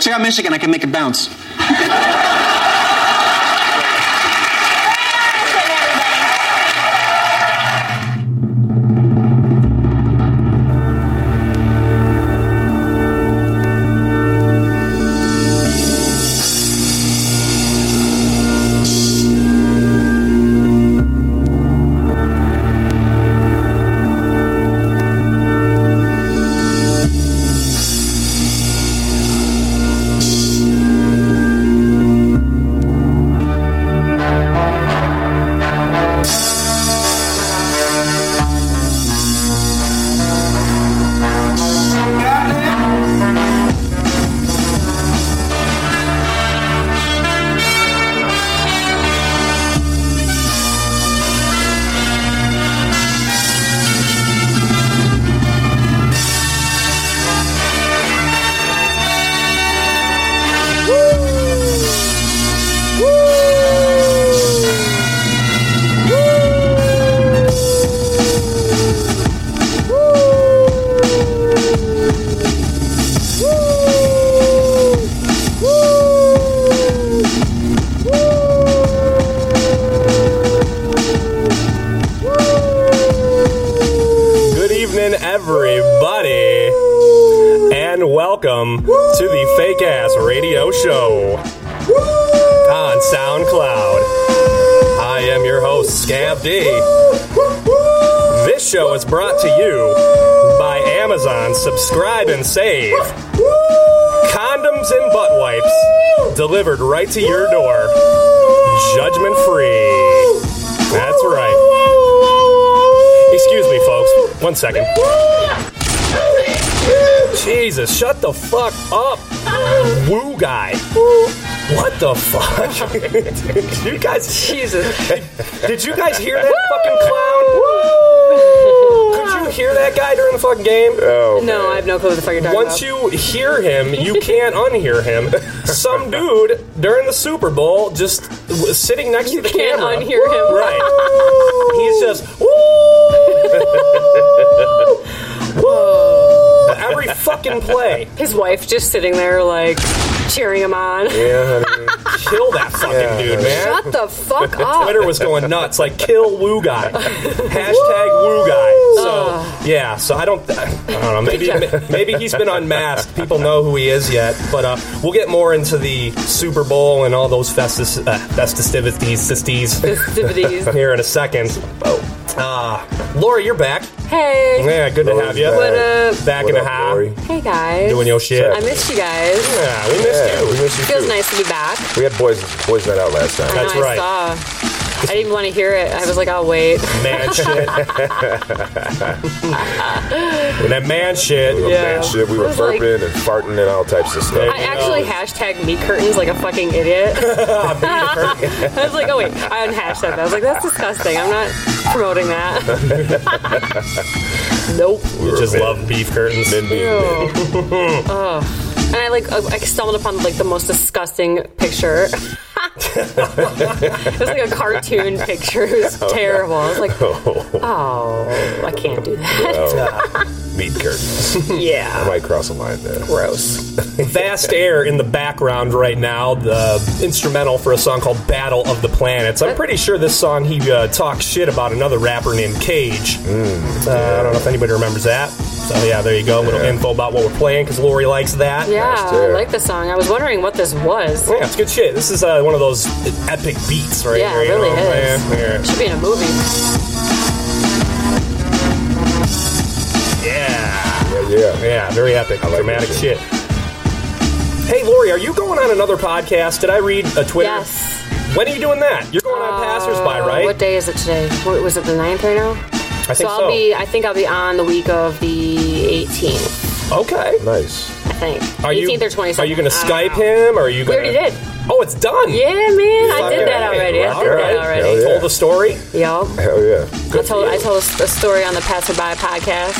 Check out Michigan. I can make it bounce. Good evening, everybody, and welcome to the Fake Ass Radio Show on SoundCloud. I am your host, Scab D. This show is brought to you by Amazon Subscribe and Save. Condoms and butt wipes delivered right to your door, judgment free. That's right. Excuse me, folks. One second. Jesus, shut the fuck up, woo guy. What the fuck? you guys, Jesus. Did you guys hear that fucking clown? Could you hear that guy during the fucking game? Oh, No, I have no clue what the fuck you're talking Once about. you hear him, you can't unhear him. Some dude during the Super Bowl just was sitting next to the can't camera. unhear him. Right. He's just "Woo!" Woo! every fucking play. His wife just sitting there, like, cheering him on. Yeah, honey. Kill that fucking dude, man. Shut the fuck up. Twitter was going nuts, like kill Woo guy, hashtag Woo guy. So yeah, so I don't, I don't know. Maybe maybe he's been unmasked. People know who he is yet, but uh, we'll get more into the Super Bowl and all those festis, uh, festivities, sisters Festivities. here in a second. Oh, ah, Laura, you're back. hey. Yeah, good to Laura's have you. back. What up? Back What in the up, house, Lori? Hey, guys. doing your shit. I missed you guys. yeah, we missed Yeah, you. we miss you Feels too. nice to be back. We had boys boys night out last I time. know, That's I right. saw. I didn't even want to hear it. I was like, I'll wait. Man shit. and that man shit. Yeah. Man, shit, we I were was like- burping and farting and all types of stuff. I actually hashtagged me curtains like a fucking idiot. I was like, oh wait, I unhashed that. I was like, that's disgusting. I'm not promoting that. nope. You just love beef curtains. Then being men. Ew. Ugh. And I like I stumbled upon like the most disgusting picture. it was like a cartoon picture. It was terrible. I was like, oh, I can't do that. meat curtains. I yeah. might cross a line there. Gross. Vast Air in the background right now, the instrumental for a song called Battle of the Planets. I'm pretty sure this song he uh, talks shit about another rapper named Cage. Hmm. Uh, I don't know if anybody remembers that. So, yeah, there you go. A little info about what we're playing because Lori likes that. Yeah, Nice I too. like the song. I was wondering what this was. Yeah, it's good shit. This is uh, one of those epic beats right Yeah, here. it you know really Oh, what I'm is. saying? Should be in a movie. Yeah. Yeah, yeah. Yeah, very epic. like dramatic that shit. shit. Hey, Lori, are you going on another podcast? Did I read a Twitter? Yes. When are you doing that? You're going on Passersby, Uh, right? What day is it today? What was it? The 9th right now. I so think I'll be. I think I'll be on the week of the 18th. Okay. Nice. I think. Are 18th you, or 22nd. Are you going to I don't Skype know. him? Or are you We going already did. Oh, it's done. Yeah, man. I Fucking did that A. already. I All did right. that already. Hell Told the story. Yup. Hell yeah. I told for you. I told a story on the Passerby podcast.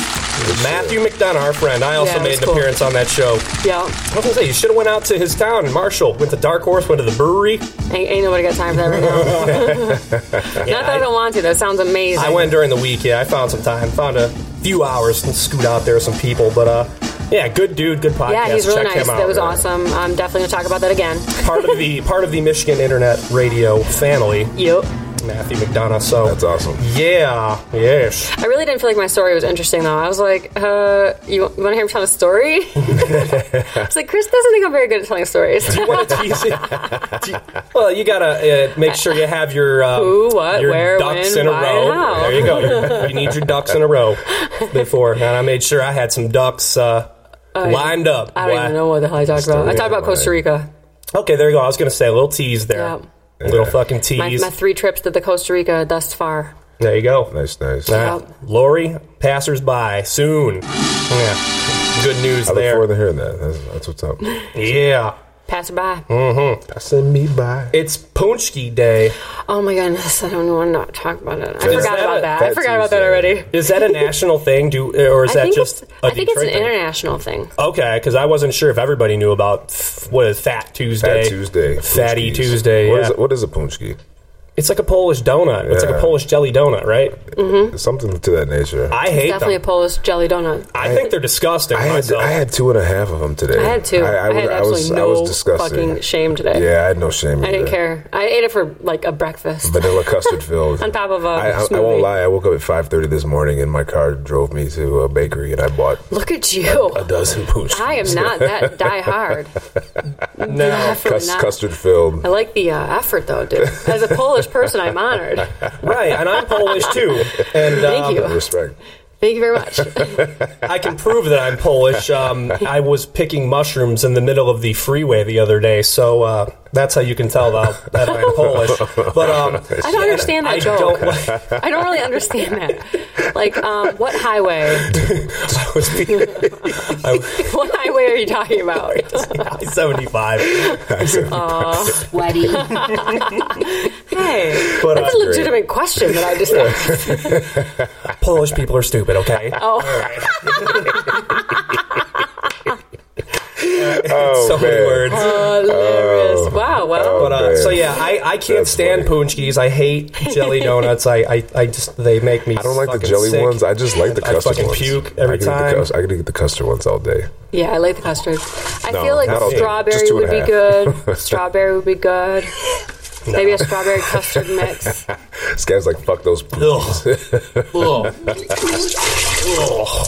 Matthew McDonough, our friend, I also Yeah, it made was an cool. appearance on that show. Yup. I was going to say, you should have went out to his town in Marshall. Went to Dark Horse, went to the brewery. Ain't, ain't nobody got time for that right now. Not that I, don't want to. That sounds amazing. I went during the week. Yeah, I found some time, found a few hours to scoot out there with some people. But uh, Yeah, good dude, good podcast. Yeah, he's really Check nice. him out. That was awesome. I'm definitely gonna talk about that again. part of the part of the Michigan Internet Radio family, Yep. Matthew McDonough. So That's awesome. Yeah, yes. I really didn't feel like my story was interesting though. I was like, uh, you, you want to hear me tell a story? I was like, Chris doesn't think I'm very good at telling stories. You want to tease it? Do you- well, you gotta uh, make sure you have your um, Who, what, your where, ducks when, in a why, row. and how. There you go. you need your ducks in a row before, and I made sure I had some ducks uh, lined up. Oh, I don't Why- even know what the hell I talked about. I talked about Story, Costa Rica. Okay, there you go. I was gonna say a little tease there. Yeah. A little fucking tease. My, my three trips to the Costa Rica thus far. there you go. Nice, nice. Uh, Yep. Lori, passersby soon. Yeah. Good news I look there. forward to hearing that. That's, that's what's up. yeah. Passerby. Hmm? Passing me by. It's Punchki Day. Oh my goodness, I don't want to not talk about it. I forgot that a- about that. I that forgot about that Tuesday? already. Is that a national thing? Do or is I that think, just it's, a I think it's an Detroit thing? international thing. Okay, because I wasn't sure if everybody knew about f- what is Fat Tuesday. Fat Tuesday. Fatty Punchkis. Tuesday. What yeah. is it- what is a punchki? It's like a Polish donut. It's like a Yeah. Polish jelly donut, right? Something to that nature. I hate Definitely them. a Polish jelly donut. I think they're disgusting. I had myself. I had two and a half of them today. I had two. I, had absolutely no fucking shame today. Yeah, I had no shame. I didn't care. I ate it for like a breakfast. Vanilla custard filled. On top of a I, I, I smoothie. won't lie. I woke up at five thirty this morning, and my car drove me to a bakery, and I bought Look at you. a dozen punch. I am not that die hard. no. Definitely not. custard filled. I like the uh, effort though, dude. As a Polish person, I'm honored. right, and I'm Polish too, and um, Thank you. Respect. Thank you very much. I can prove that I'm Polish. Um, I was picking mushrooms in the middle of the freeway the other day, so uh, that's how you can tell that, that I'm Polish. But um, I don't understand that I joke. don't. Like, I don't really understand that. Like, um, what highway? I was being What highway are you talking about? 75. sweaty. Hey, But uh, that's a legitimate question that I just asked. Polish people are stupid. Okay. Oh, Oh so many man. words. hilarious! Oh. Wow. Well, But uh, man. so yeah, I, I can't That's stand punchkis. I hate jelly donuts. I, I, I just they make me. I don't like the fucking jelly sick. ones. I just like the I custard fucking ones. puke every I could eat the time. cus- I could eat the custard ones all day. yeah, I like the custard. I No, feel like not all day. Just strawberry two would and a be good. Strawberry would be good. Maybe a strawberry custard mix. This guy's like, fuck those. punchkis. Ugh. Ugh. Ugh.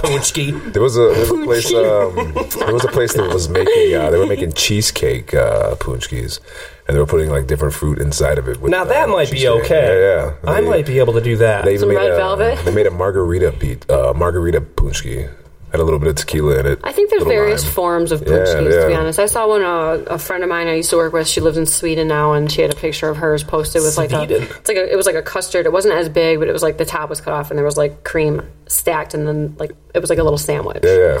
Punchki. There was a, there was a place. Um, there was a place that was making. Uh, they were making cheesecake uh, punchkis, and they were putting like different fruit inside of it. With, Now that uh, might be cheesecake. okay. Yeah, yeah. I They- might be able to do that. They even Some made red a, velvet? They made a margarita beat, uh, margarita punchki. Had a little bit of tequila in it. I think there's little various lime. forms of punchkis, to be yeah. honest. I saw one, uh, a friend of mine I used to work with, she lives in Sweden now, and she had a picture of hers posted with like a, Sweden. it's like a, it was like a custard. It wasn't as big, but it was like the top was cut off and there was like cream stacked and then like, it was like a little sandwich. Yeah, yeah.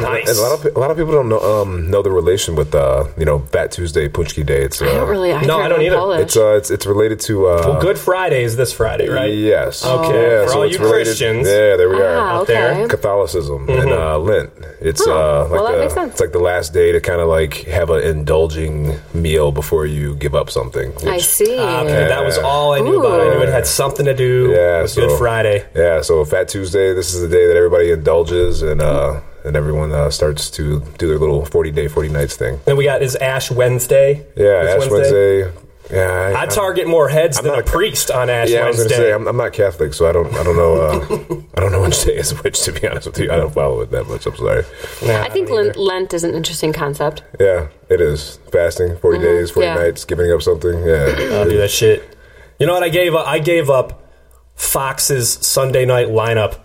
nice. And a lot of pe- a lot of people don't know um, know the relation with uh, you know Fat Tuesday Punchki Day. It's uh, I don't really, I No, I don't either. Polish. it's uh, it's it's related to uh, well, Good Friday is this Friday, right? Yes. Okay. Yeah, For so all it's you related- Christians. Yeah, there we are. Ah, out there. Mm-hmm. okay. Catholicism and uh, Lent. It's uh, like well, that the, makes sense. It's like the last day to kind of like have an indulging meal before you give up something. I which- see. Ah, okay, that was all I knew about. it. I knew it had something to do Yeah, with so- Good Friday. Yeah, so Fat Tuesday. This is the day that everybody indulges and uh, and everyone uh, starts to do their little forty day, forty nights thing. Then we got is Ash Wednesday. Yeah, It's Ash Wednesday. Yeah, I target more heads than not a a- priest on Ash Yeah, I was Wednesday. gonna say I'm, I'm not Catholic, so I don't I don't know uh, I don't know which day is which. To be honest with you, I don't follow it that much. I'm sorry. Nah, I think don't Lent, either. Lent is an interesting concept. Yeah, it is fasting, 40 days, forty yeah. nights, giving up something. Yeah, I'll do that shit. You know what? I gave up. I gave up Fox's Sunday night lineup.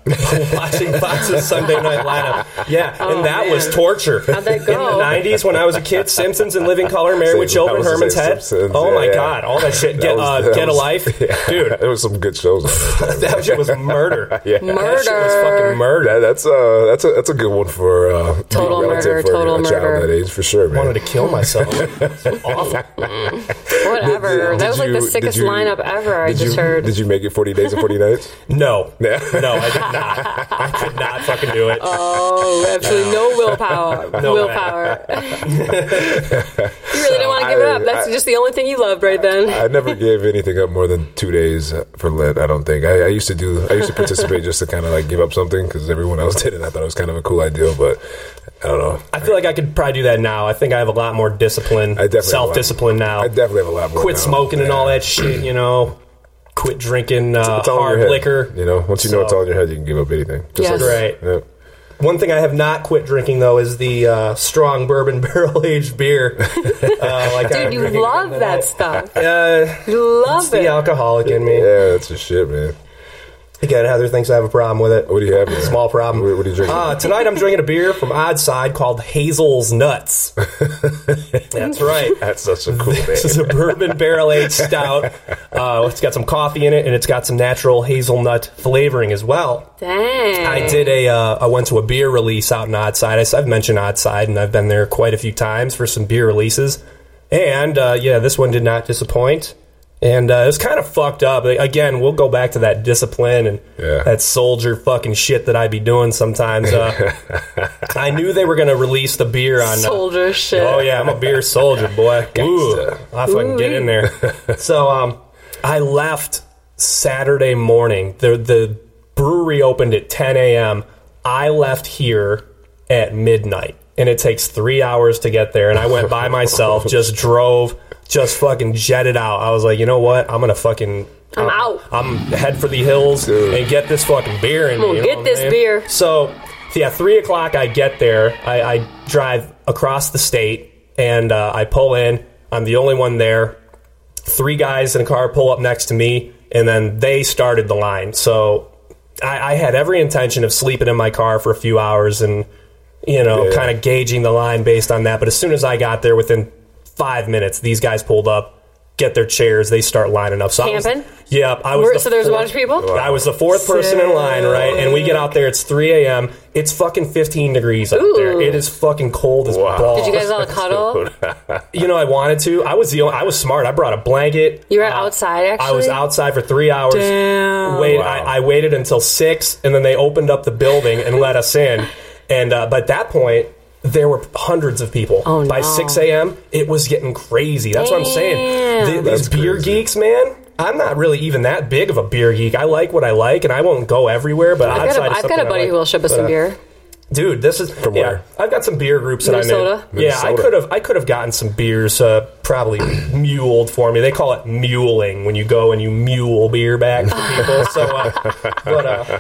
Watching Fox's Sunday night lineup. Yeah, and that Oh, man. was torture. How'd that In go? the '90s, when I was a kid, Simpsons and Living Color, Married Same- with I Children, was gonna Herman's say Head. Simpsons, oh my yeah. god, all that shit. That Get, was- uh, that get was- a life, dude. there was some good shows. On that, That shit was murder. Yeah. That shit was Murder. fucking murder. that, that's uh that's a that's a good one for uh, Total relative murder, for total a murder. child that age for sure, I man. wanted to kill myself. It's awful. Whatever. Did that was like you- the did sickest you- lineup ever I did just you, heard. Did you make it 40 days the 49ers? No, no, I did not. I could not fucking do it. Oh, absolutely no willpower. No willpower. you really don't want to give it I- up. That's I- just the only thing you loved right then. I never gave anything up more than two days for lit. I don't think I, I used to do. I used to participate just to kind of like give up something because everyone else did, and I thought it was kind of a cool idea. But I don't know. I feel like I could probably do that now. I think I have a lot more discipline, I definitely have a lot- self discipline now. I definitely have a lot more. Quit now. smoking and Yeah. all that shit, you know. Quit drinking uh, It's all in your hard head. liquor. You know, once you know it's all in your head, you can give up anything. Yes. Just Right. Yeah. One thing I have not quit drinking though is the uh, strong bourbon barrel aged beer. Uh, like Dude, I'm you drinking love right now. that stuff. Uh, You love it's the it. alcoholic in me. Yeah, that's your shit, man. Again, Heather thinks I have a problem with it. What do you have? Man? Small problem. What, what are you drinking? Uh, tonight I'm drinking a beer from Odd Side called Hazel's Nuts. That's right. that's such a cool name. This is a bourbon barrel aged stout. Uh, it's got some coffee in it, and it's got some natural hazelnut flavoring as well. Dang. I did a. Uh, I went to a beer release out in Oddside. I s- I've mentioned Oddside, and I've been there quite a few times for some beer releases. And uh, yeah, this one did not disappoint. And uh, it was kind of fucked up. Like, Again, we'll go back to that discipline and Yeah. that soldier fucking shit that I be doing sometimes. Uh, I knew they were going to release the beer on uh, Soldier shit. Oh yeah, I'm a beer soldier, boy. Ooh, Gangsta. I fucking get in there. So um, I left Saturday morning. The the brewery opened at 10 a.m. I left here at midnight, and it takes three hours to get there. And I went by myself, just drove, just fucking jetted out. I was like, you know what? I'm gonna fucking. I'm out. I'm head for the hills Dude. and get this fucking beer in me. Well, you know get what I'm this saying? beer. So, yeah, three o'clock. I get there. I, I drive across the state and uh, I pull in. I'm the only one there. Three guys in a car pull up next to me, and then they started the line. So, I, I had every intention of sleeping in my car for a few hours and you know Yeah. kind of gauging the line based on that. But as soon as I got there, within five minutes, these guys pulled up. Get their chairs. They start lining up. So I was, Camping? yeah, I was. Where- the so there's a fourth- bunch of people? I was the fourth person in line, right? And we get out there. It's 3 a.m. It's fucking 15 degrees out there. Ooh. It is fucking cold as Wow. balls. Did you guys all cuddle? You know, I wanted to. I was the. Only, I was smart. I brought a blanket. Uh, You were outside, actually? I was outside for three hours. Damn. Wait, Wow. I, I waited until six, and then they opened up the building and let us in. And uh, but at that point, there were hundreds of people. Oh, By no. six a.m., it was getting crazy. That's what I'm saying. Damn. Th- these That's beer crazy. geeks, man. I'm not really even that big of a beer geek. I like what I like, and I won't go everywhere. But I've got outside a, is I've got something a I buddy like. who will ship us uh, some beer. Dude, this is from where? I've got some beer groups that Minnesota? I'm in. Yeah, I Minnesota. could have I could have gotten some beers uh, probably muled for me. They call it muling when you go and you mule beer back to people. So, uh, but uh,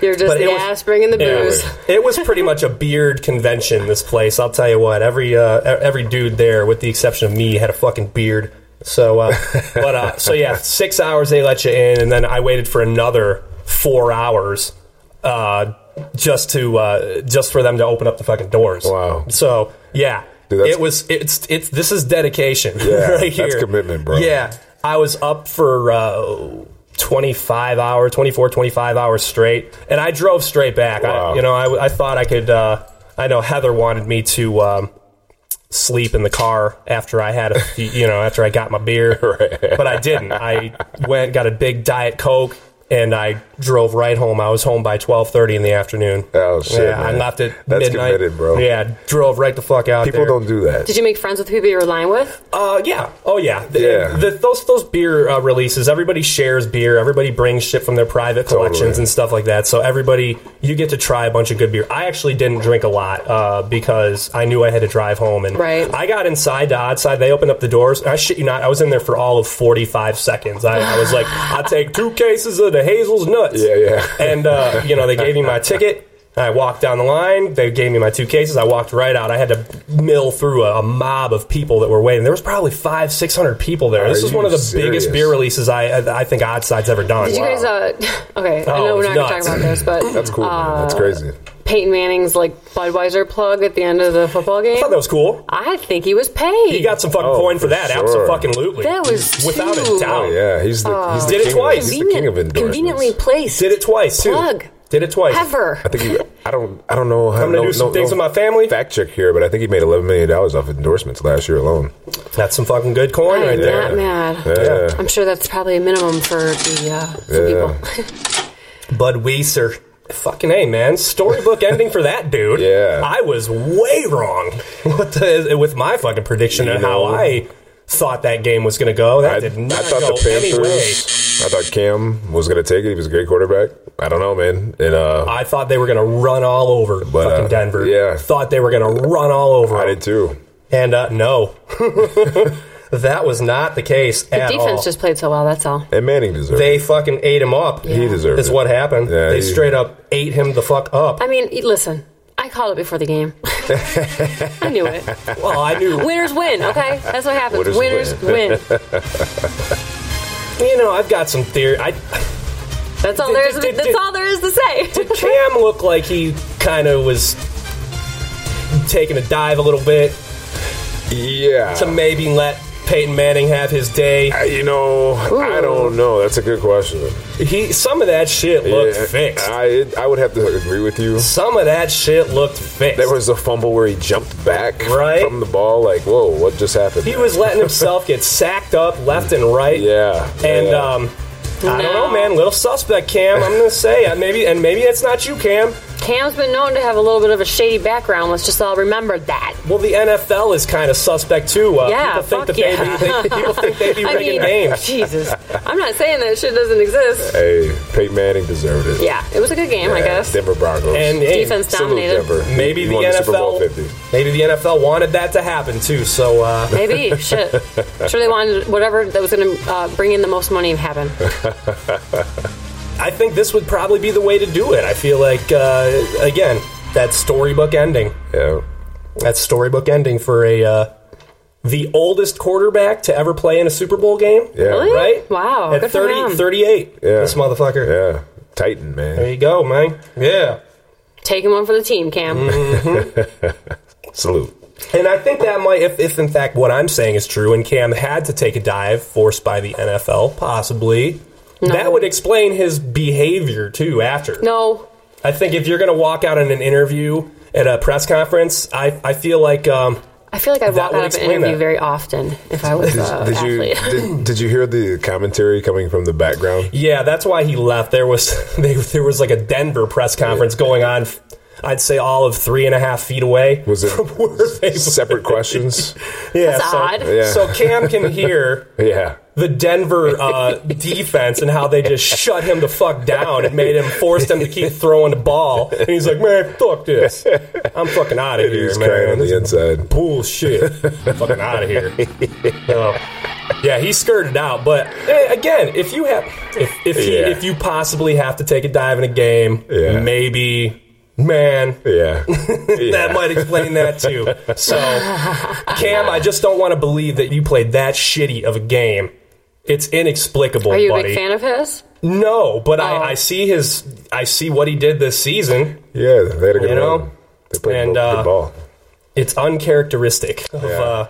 You're just But it the was- ass bringing the yeah, booze. it was pretty much a beard convention. This place, I'll tell you what. Every uh, e- every dude there, with the exception of me, had a fucking beard. So, uh, but uh, so yeah, six hours they let you in, and then I waited for another four hours uh, just to uh, just for them to open up the fucking doors. Wow. So yeah, Dude, that's- it was it's it's this is dedication Yeah, right that's here. commitment, bro. Yeah, I was up for uh, 25 hour, 24, 25 hours straight, and I drove straight back. Wow. I, you know, I, I thought I could. Uh, I know Heather wanted me to um, sleep in the car after I had a, few- you know, after I got my beer, but I didn't. I went got a big diet coke. And I drove right home. I was home by twelve thirty in the afternoon. Oh, shit, Yeah, I man. left at That's midnight. committed, bro. Yeah, drove right the fuck out. People there. don't do that. Did you make friends with people you were lying with? Uh, yeah. Oh, yeah. The- Yeah. the- those those beer uh, releases. Everybody shares beer. Everybody brings shit from their private collections Totally. and stuff like that. So everybody, you get to try a bunch of good beer. I actually didn't drink a lot uh, because I knew I had to drive home. And Right. I got inside to Oddside. They opened up the doors. I shit you not. I was in there for all of forty five seconds. I, I was like, I take two cases of the Hazel's nuts. Yeah, yeah. And uh, you know, they gave me my ticket. I walked down the line. They gave me my two cases. I walked right out. I had to mill through a, a mob of people that were waiting. There was probably five, six hundred people there. Are this is you one of the serious? biggest beer releases I I I think Oddside's ever done. Did you guys, uh, okay, I Oh, know we're not going to it's talk nuts. about this, but That's cool. man. Oh. That's crazy. Peyton Manning's, like, Budweiser plug at the end of the football game? I thought that was cool. I think he was paid. He got some fucking Oh, coin for for that. sure. Absolutely. That was without a too- doubt. Oh yeah, he's the he's the Did it king twice. Of, he's the king of endorsements. conveniently placed. Did it twice. too. Plug. Did it twice. Ever. I think he, I don't. I don't know. How, I'm gonna no- do some no- things no with my family. Fact check here, but I think he made eleven million dollars off endorsements last year alone. That's some fucking good coin right I'm there. not mad. Yeah. I'm sure that's probably a minimum for the uh, for Yeah. people. Bud Weiser. Fucking A, man. Storybook ending for that dude. Yeah. I was way wrong with, the, with my fucking prediction You and how know. I thought that game was going to go. That I, did not I thought go the Panthers. any way. I thought Cam was gonna take it. He was a great quarterback. I don't know, man. And uh, I thought they were going to run all over But, fucking uh, Denver. yeah. Thought they were going to run all over. I 'em. did too. And uh, no. that was not the case at Defense all. just played so well. That's all. And Manning deserved. it. they fucking ate him up. He deserved. Is it. what happened. Yeah, they he- straight up ate him the fuck up. I mean, e- listen. I called it before the game. I knew it. well, I knew Winners win. Okay, that's what happens. Winners Winners, win. You know, I've got some theory. I, That's all there is. Did- did- That's all there is to say. did Cam look like he kind of was taking a dive a little bit Yeah. to maybe let Peyton Manning have his day? I- you know, I don't know. That's a good question. He some of that shit looked Yeah, Uh, fixed. I I would have to agree with you. some of that shit looked fixed. There was a fumble where he jumped back Right. from the ball. Like, whoa, what just happened? he was letting himself get sacked up left and right. Yeah. And yeah. um, I don't No. know, man. Little suspect, Cam. I'm gonna say uh, maybe, and maybe that's not you, Cam. Cam's been known to have a little bit of a shady background. Let's just all remember that. Well, the NFL is kind of suspect too. Uh, Yeah, people think fuck that yeah. they, be- they people think they be I rigging mean, games. Jesus. I'm not saying that shit doesn't exist. hey, Peyton Manning deserved it. Yeah, it was a good game, I Yeah, guess. Denver Broncos. And hey, Defense Salute dominated. Denver. maybe You the won Super Bowl NFL, 50. maybe the NFL wanted that to happen too. So uh, Maybe shit. Sure, they wanted whatever that was going to uh, bring in the most money happen. I think this would probably be the way to do it. I feel like uh, again that storybook ending. Yeah. That storybook ending for a uh, the oldest quarterback to ever play in a Super Bowl game. Yeah. Really? Right? Wow, At good for 30, him. 38. Yeah. This motherfucker. Yeah. Titan, man. There you go, man. Yeah. Taking one for the team, Cam. Mm-hmm. Salute. And I think that might, if, if in fact what I'm saying is true, and Cam had to take a dive forced by the NFL, possibly, that would explain his behavior too after. No, I think if you're going to walk out in an interview at a press conference, I, I feel like um, I feel like I'd walk That would out of an explain interview that. very often if I was an Did you athlete. did, did you hear the commentary coming from the background? Yeah, that's why he left. There was they, there was like a Denver press conference going on. I'd say all of three and a half feet away. Was from where they it separate questions? Yeah, That's so, odd. Yeah. so Cam can hear Yeah. the Denver uh, defense and how they just shut him the fuck down and made him forced him to keep throwing the ball. And he's like, "Man, fuck this! I'm fucking out of He here, was crying man. on This the is inside. bullshit. Fucking out of here. Oh. yeah, he skirted out. But eh, again, if you have, if if, he, Yeah. if you possibly have to take a dive in a game, Yeah. maybe, man, Yeah. that might explain that too. So, Cam, I just don't want to believe that you played that shitty of a game. It's inexplicable, Are you a buddy. big fan of his? No, but Oh. I, I see his, I see what he did this season. Yeah, they had a good You know? run. They played And, good uh, ball. it's uncharacteristic of uh,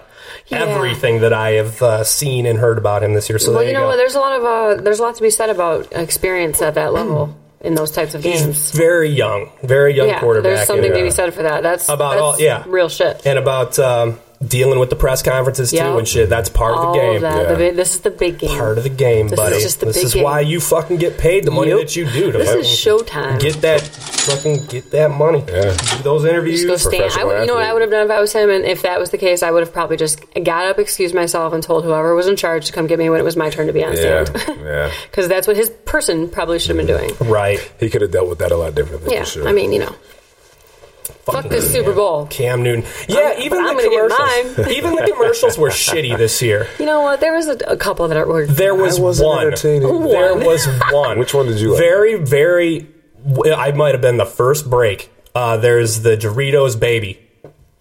Yeah. everything that I have uh, seen and heard about him this year. So Well, there you know go. what? There's a lot of uh, there's a lot to be said about experience at that level in those types of games. Mm. He's very young, very young Yeah, quarterback, there's something and, to be uh, said for that. That's About that's all- yeah. real shit. and about um, dealing with the press conferences Yeah. too and shit. That's part all of the game. of that. yeah. The big, this is the big game. Part of the game, This is buddy. just the this big is why game. you fucking get paid the money Yep. that you do. To This fucking is showtime. Get that fucking get that money. Yeah. Do those interviews. just go stand. I professional would, you know what athlete. I would have done if I was him, and if that was the case, I would have probably just got up, excused myself, and told whoever was in charge to come get me when it was my turn to be on Yeah. stand. yeah. Because that's what his person probably should have been doing. right. He could have dealt with that a lot differently. Yeah, for sure. I mean, you know, fuck Mm-hmm. this Super Bowl. Cam Newton. Yeah, even I'm the gonna get commercials. mine. even the commercials were shitty this year. You know what? There was a, a couple that were There was I wasn't one. entertaining. There was one. Which one did you like? Very, very. I might have been the first break. Uh, there's the Doritos baby.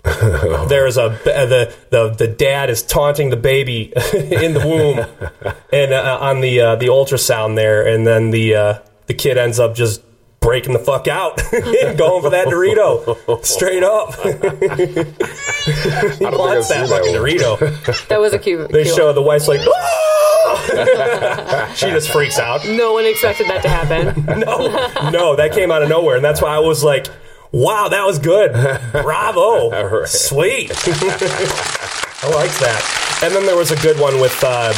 There's a uh, the, the the dad is taunting the baby in the womb, and uh, on the uh, the ultrasound there, and then the uh, the kid ends up just breaking the fuck out and going for that Dorito straight up. he wants I've that seen that fucking one. Dorito. that was a cute. They cute show the wife's like, "Ah!" she just freaks out. one. No one expected that to happen. No, no, that came out of nowhere, and that's why I was like, wow, that was good. Bravo. All right. Sweet. I like that. And then there was a good one with uh,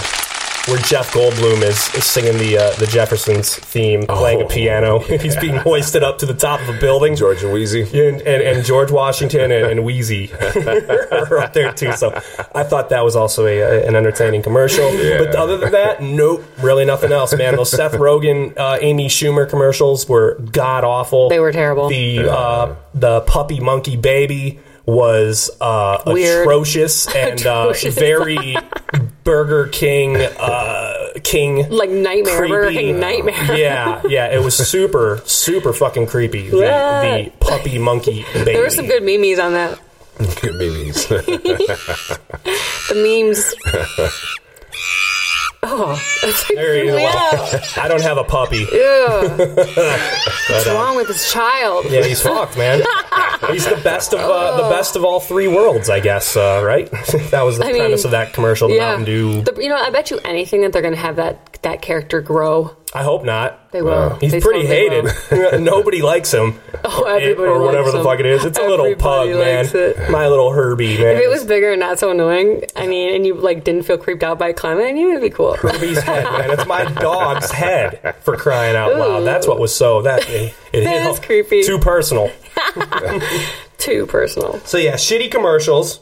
where Jeff Goldblum is, is singing the uh, the Jeffersons theme, playing a Oh, piano. He's being hoisted up to the top of a building. George and Wheezy. And, and, and George Washington and, and Wheezy are up there too. So I thought that was also a, a- an entertaining commercial. But other than that, nope, really nothing else, man. Those Seth Rogen, uh, Amy Schumer commercials were god awful. They were terrible. The uh, the puppy monkey baby was uh, Weird. atrocious and uh, Atrocious. very Burger King uh, King Like nightmare, Burger Creepy. King nightmare. yeah, yeah, it was super, super fucking creepy. The, Yeah. the puppy monkey baby. There were some good memes on that. Good memes. The memes. oh, that's like, There you go. yeah. I don't have a puppy. Ew. What's wrong with this child? Yeah, he's fucked, man. He's the best of uh, Oh. the best of all three worlds, I guess. Uh, right? that was the I mean, premise of that commercial. the Mountain Dew. The- you know, I bet you anything that they're going to have that that character grow. I hope not. They will. He's They pretty totally hated. will. Nobody likes him. Oh, Or it- everybody or whatever likes the him. fuck it is. It's a little pug, Everybody man. likes it. My little Herbie, man. If it was bigger and not so annoying, I mean, and you like didn't feel creeped out by climate, I mean, it'd be cool. Herbie's head, man. It's my dog's head for crying out loud. Ooh. That's what was so that it, it That hit is home. creepy. Too personal. Too personal. So yeah, shitty commercials,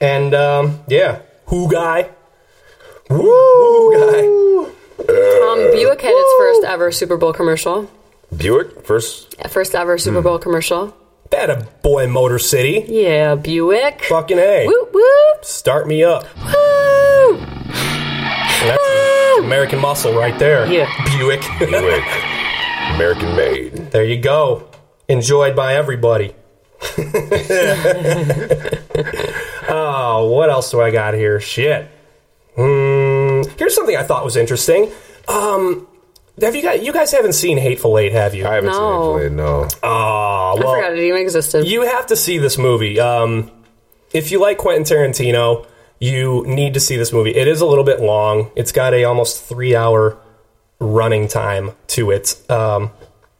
and um, yeah, who guy, woo who Uh, Um, Buick had its first ever Super Bowl commercial. Buick first. First ever Super Hmm. Bowl commercial. guy. That a boy, Motor City. Yeah, Buick. Fucking a. Whoop whoop. Start me up. whoop. That's American muscle right there. Yeah. Buick. Buick. American made. there you go. Enjoyed by everybody. oh, what else do I got here? Shit. Hmm. here's something I thought was interesting. Um, have you guys? You guys haven't seen Hateful Eight, have you? I haven't No. seen it. No. I Oh, well, forgot it even existed. You have to see this movie. Um, if you like Quentin Tarantino, you need to see this movie. It is a little bit long. It's got a almost three hour running time to it. Um,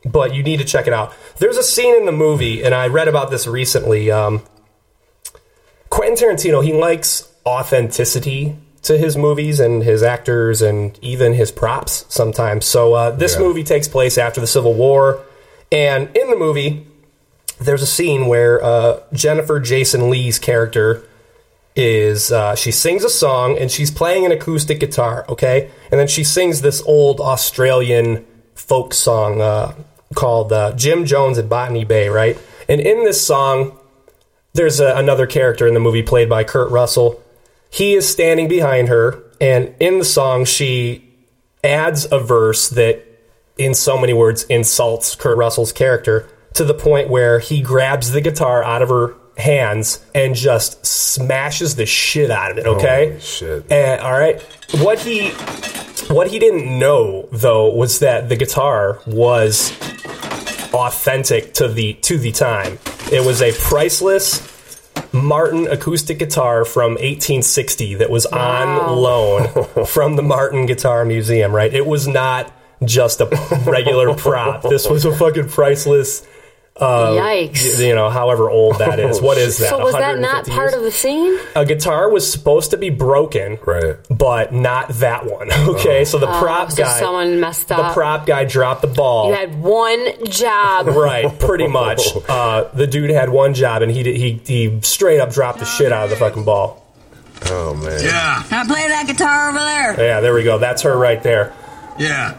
but you need to check it out. There's a scene in the movie, and I read about this recently. Um, Quentin Tarantino, he likes authenticity to his movies and his actors and even his props sometimes. So uh, this Yeah. movie takes place after the Civil War, and in the movie, there's a scene where uh, Jennifer Jason Lee's character is uh, she sings a song and she's playing an acoustic guitar, okay? And then she sings this old Australian folk song uh, called uh, Jim Jones at Botany Bay, right? And in this song, there's a, another character in the movie played by Kurt Russell. He is standing behind her, and in the song, she adds a verse that, in so many words, insults Kurt Russell's character to the point where he grabs the guitar out of her hands and just smashes the shit out of it. Okay, Holy shit. And, all right, what he what he didn't know though was that the guitar was authentic to the to the time. It was a priceless Martin acoustic guitar from 1860 that was on loan from the Martin Guitar Museum, right? It was not just a regular prop. This was a fucking priceless, uh, Yikes. you know, however old that is. What is that? so was that not 150 part years? of the scene? a guitar was supposed to be broken, Right. but not that one. Okay, so the prop Oh. so guy someone messed the up. prop guy dropped the ball. you had one job. Right, pretty much. Uh, the dude had one job, and he did, he he straight up dropped the shit out of the fucking ball. Oh man. Yeah, Now play that guitar over there. Yeah, there we go. That's her right there. yeah.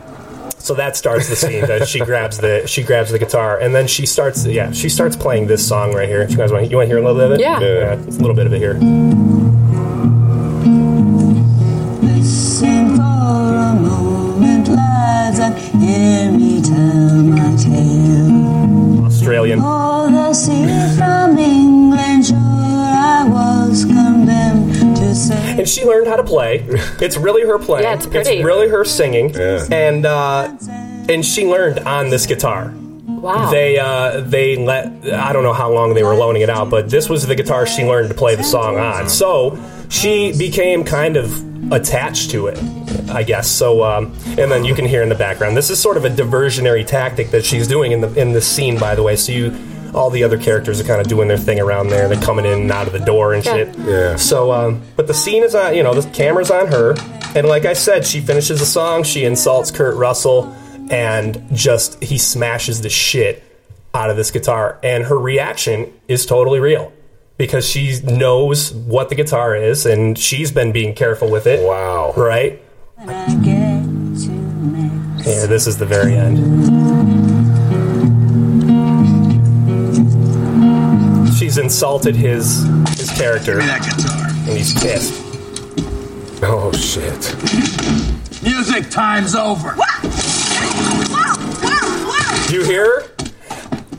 So that starts the scene. That she grabs the she grabs the guitar, and then she starts. Yeah, she starts playing this song right here. You guys want you want to hear a little bit of it? Yeah. Yeah. it's a little bit of it here. Listen for a moment, lads, and hear me tell my tale. Australian. Oh, the sea from England, sure I was condemned to sail. And she learned how to play. It's really her playing. Yeah, it's pretty. really her singing. Yeah. And uh, and she learned on this guitar. Wow. They uh, they let I don't know how long they were loaning it out, but this was the guitar she learned to play the song on. So she became kind of attached to it, I guess. So um, and then you can hear in the background. This is sort of a diversionary tactic that she's doing in the in this scene, by the way. So you all the other characters are kind of doing their thing around there. They're coming in and out of the door and Yeah. shit. Yeah. So, um, but the scene is on, you know, the camera's on her. And like I said, she finishes the song, she insults Kurt Russell, and just, he smashes the shit out of this guitar. And her reaction is totally real because she knows what the guitar is and she's been being careful with it. Wow. Right? I get to make Yeah, this is the very end. She's insulted his his character, and that guitar. he's pissed. Oh shit. Music time's over. You hear? her?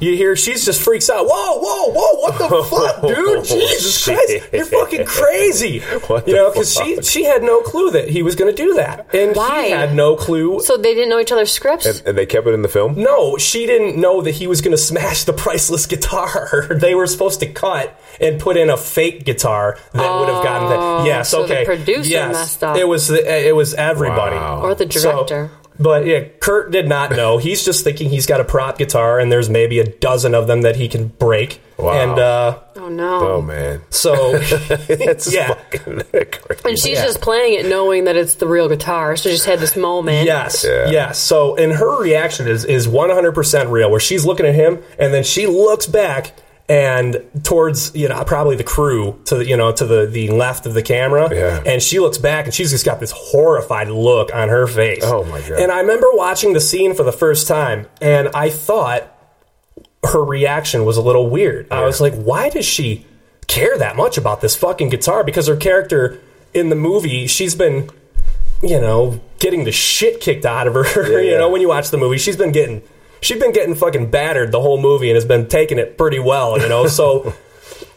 You hear? She's just freaks out. Whoa, whoa, whoa! What the fuck, dude? Jesus shit. Christ, you're fucking crazy. What you the know, because she fuck? she had no clue that he was going to do that, and Why? he had no clue. So they didn't know each other's scripts. And, and they kept it in the film. no, she didn't know that he was going to smash the priceless guitar. they were supposed to cut and put in a fake guitar that would have gotten that. Yes, Oh, so the okay. producer yes, messed up. It was the, it was everybody. Wow. or the So- director. but yeah, Kurt did not know. He's just thinking he's got a prop guitar, and there's maybe a dozen of them that he can break. Wow. And uh, oh no. Oh man. so, That's Yeah. fucking and crazy. she's just playing it knowing that it's the real guitar. She just had this moment. yes, Yeah. yes. So, and her reaction is is 100% real, where she's looking at him, and then she looks back and towards you know probably the crew to the, you know to the the left of the camera Yeah. and she looks back and she's just got this horrified look on her face Oh, my God. and i remember watching the scene for the first time and i thought her reaction was a little weird. I was like, why does she care that much about this fucking guitar? Because her character in the movie, she's been, you know, getting the shit kicked out of her. you yeah. know, when you watch the movie, she's been getting she's been getting fucking battered the whole movie and has been taking it pretty well. You know, so.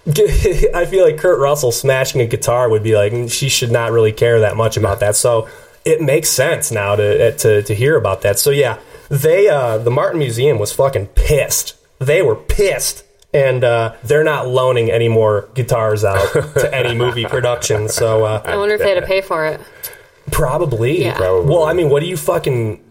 I feel like Kurt Russell smashing a guitar would be like mm, she should not really care that much about that. So it makes sense now to eh, to to hear about that. So yeah, they uh, the Martin Museum was fucking pissed. They were pissed, and uh, they're not loaning any more guitars out to any movie production. So uh, I wonder if they had to pay for it. probably, Yeah. Probably. Well, I mean, what do you fucking?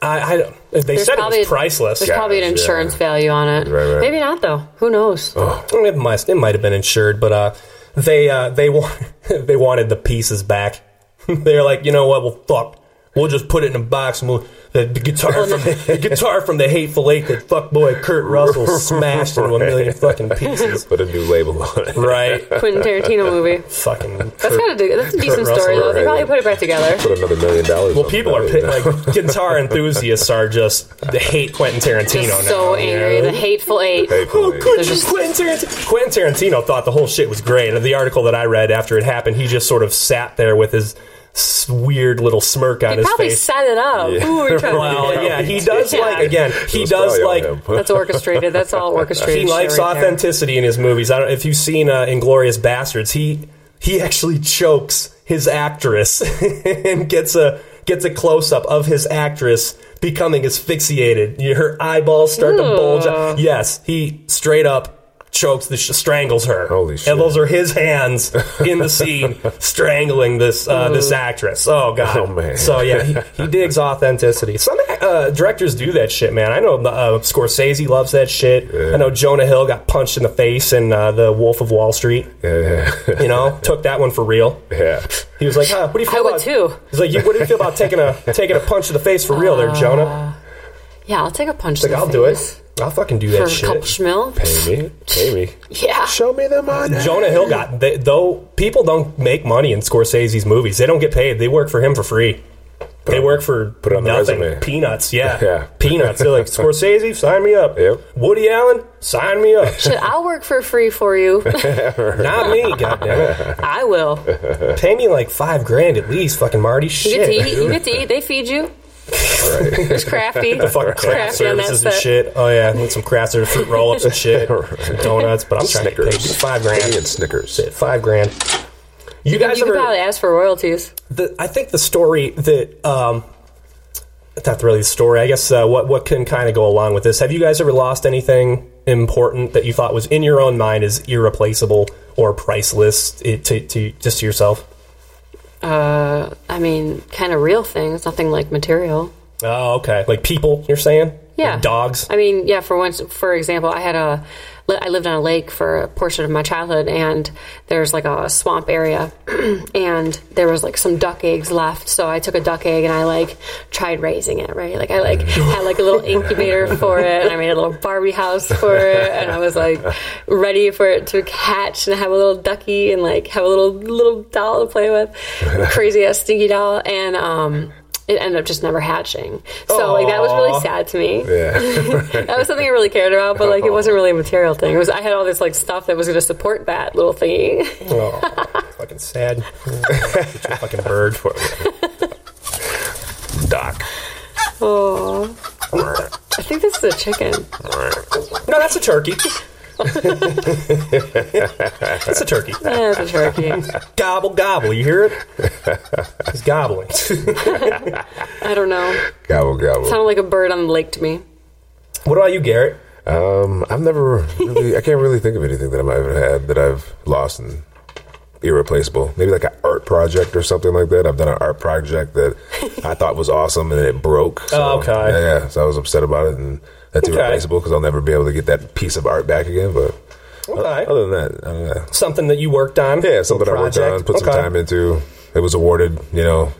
I, I don't- they said it probably a- was priceless. There's probably an yeah. insurance value on it. Right, right. Maybe not though. Who knows? Oh. It must. It might have been insured, but uh, they uh, they wa- they wanted the pieces back. They're like, you know what? Well, fuck. We'll just put it in a box. And we'll, the, the guitar from the guitar from the Hateful Eight that fuckboy Kurt Russell smashed into a million fucking pieces. Put a new label on it. Right? Quentin Tarantino movie. Fucking. That's Kurt- kind of that's a decent Russell, story though. They probably right. put it back together. Put another million dollars. Well, on people that, are you pit, know? like guitar enthusiasts are just they hate Quentin Tarantino Just now. so you angry. know? The hateful eight. Hey, Oh, boy. good. There's Just a- Quentin, Tarantino. Quentin Tarantino thought the whole shit was great. And the article that I read after it happened, he just sort of sat there with his s- weird little smirk on He his probably face. set it up. Who were you trying well, to do? yeah, he does Yeah. like again. He It's does probably on like him. That's orchestrated. That's all orchestrated. he shit likes right there. authenticity in his movies. I don't if you've seen uh, Inglorious Bastards. He he actually chokes his actress and gets a gets a close up of his actress becoming asphyxiated. You- Her eyeballs start to Ooh. bulge. out. Yes, he straight up chokes the sh- strangles her. Holy shit. And those are his hands in the scene strangling this uh, this actress. Oh god. Oh, man. So yeah, he, he digs authenticity. Some uh, directors do that shit, man. I know uh, Scorsese loves that shit. I know Jonah Hill got punched in the face in uh, The Wolf of Wall Street. Yeah, You know, took that one for real. yeah. He was like, "Huh, what do you feel I would about too. He's like, "You- "What do you feel about taking a taking a punch to the face for real, there, Jonah?" Yeah, I'll take a punch. He's to like, the "I'll do face it. I'll fucking do for that a couple shit." schmil. Pay me, pay me. Yeah. Show me the money. Jonah Hill got they, though. People don't make money in Scorsese's movies. They don't get paid. They work for him for free. They work for put it on the nothing. resume. Peanuts, yeah. Yeah. peanuts. They're like Scorsese, sign me up. Yep. Woody Allen, sign me up. Shit, I'll work for free for you. Not me, goddammit. I will. You Pay me like five grand at least, fucking Marty. get to Shit, eat. You get to eat. They feed you. There's crafty. fucking There's craft crafty on that services and set. shit. Oh yeah, I need some craft service fruit roll-ups and shit, some donuts. But I'm trying to get paid Snickers. five grand. Pay and Snickers. Five grand. You, guys You could ever? probably ask for royalties. the, I think the story that um, not really the story. I guess uh, what what can kind of go along with this. Have you guys ever lost anything important that you thought was in your own mind is irreplaceable or priceless it, to, to just to yourself? Uh, I mean, kind of real things. Nothing like material. Oh, okay. Like people, you're saying? Yeah. Like dogs. I mean, yeah. For once, for example, I had a li- I lived on a lake for a portion of my childhood, and there's like a swamp area, and there was like some duck eggs left. So I took a duck egg and I like tried raising it, right? Like I like had like a little incubator for it, and I made a little Barbie house for it, and I was like ready for it to hatch and have a little ducky and like have a little little doll to play with, crazy ass stinky doll, and um. It ended up just never hatching. So, like, that was really Aw. sad to me Yeah. that was something I really cared about, but like it Oh. wasn't really a material thing. It was I had all this like stuff that was going to support that little thingy. Oh, fucking sad. Get your fucking bird for Doc. Oh, I think this is a chicken. No, that's a turkey. That's a turkey. Yeah, it's a turkey. Gobble, gobble. You hear it? It's gobbling. I don't know. gobble gobble. Sounded like a bird on the lake to me. what about you, Garrett? Um, I've never really. I can't really think of anything that I've ever had that I've lost and irreplaceable. Maybe like an art project or something like that. I've done an art project that I thought was awesome and it broke. So, Oh, okay. Yeah, yeah. so I was upset about it, and that's Okay. irreplaceable because I'll never be able to get that piece of art back again. But Okay. other than that, I don't know. Something that you worked on? Yeah, something I worked on, Project? put some Okay. time into. It was awarded, you know,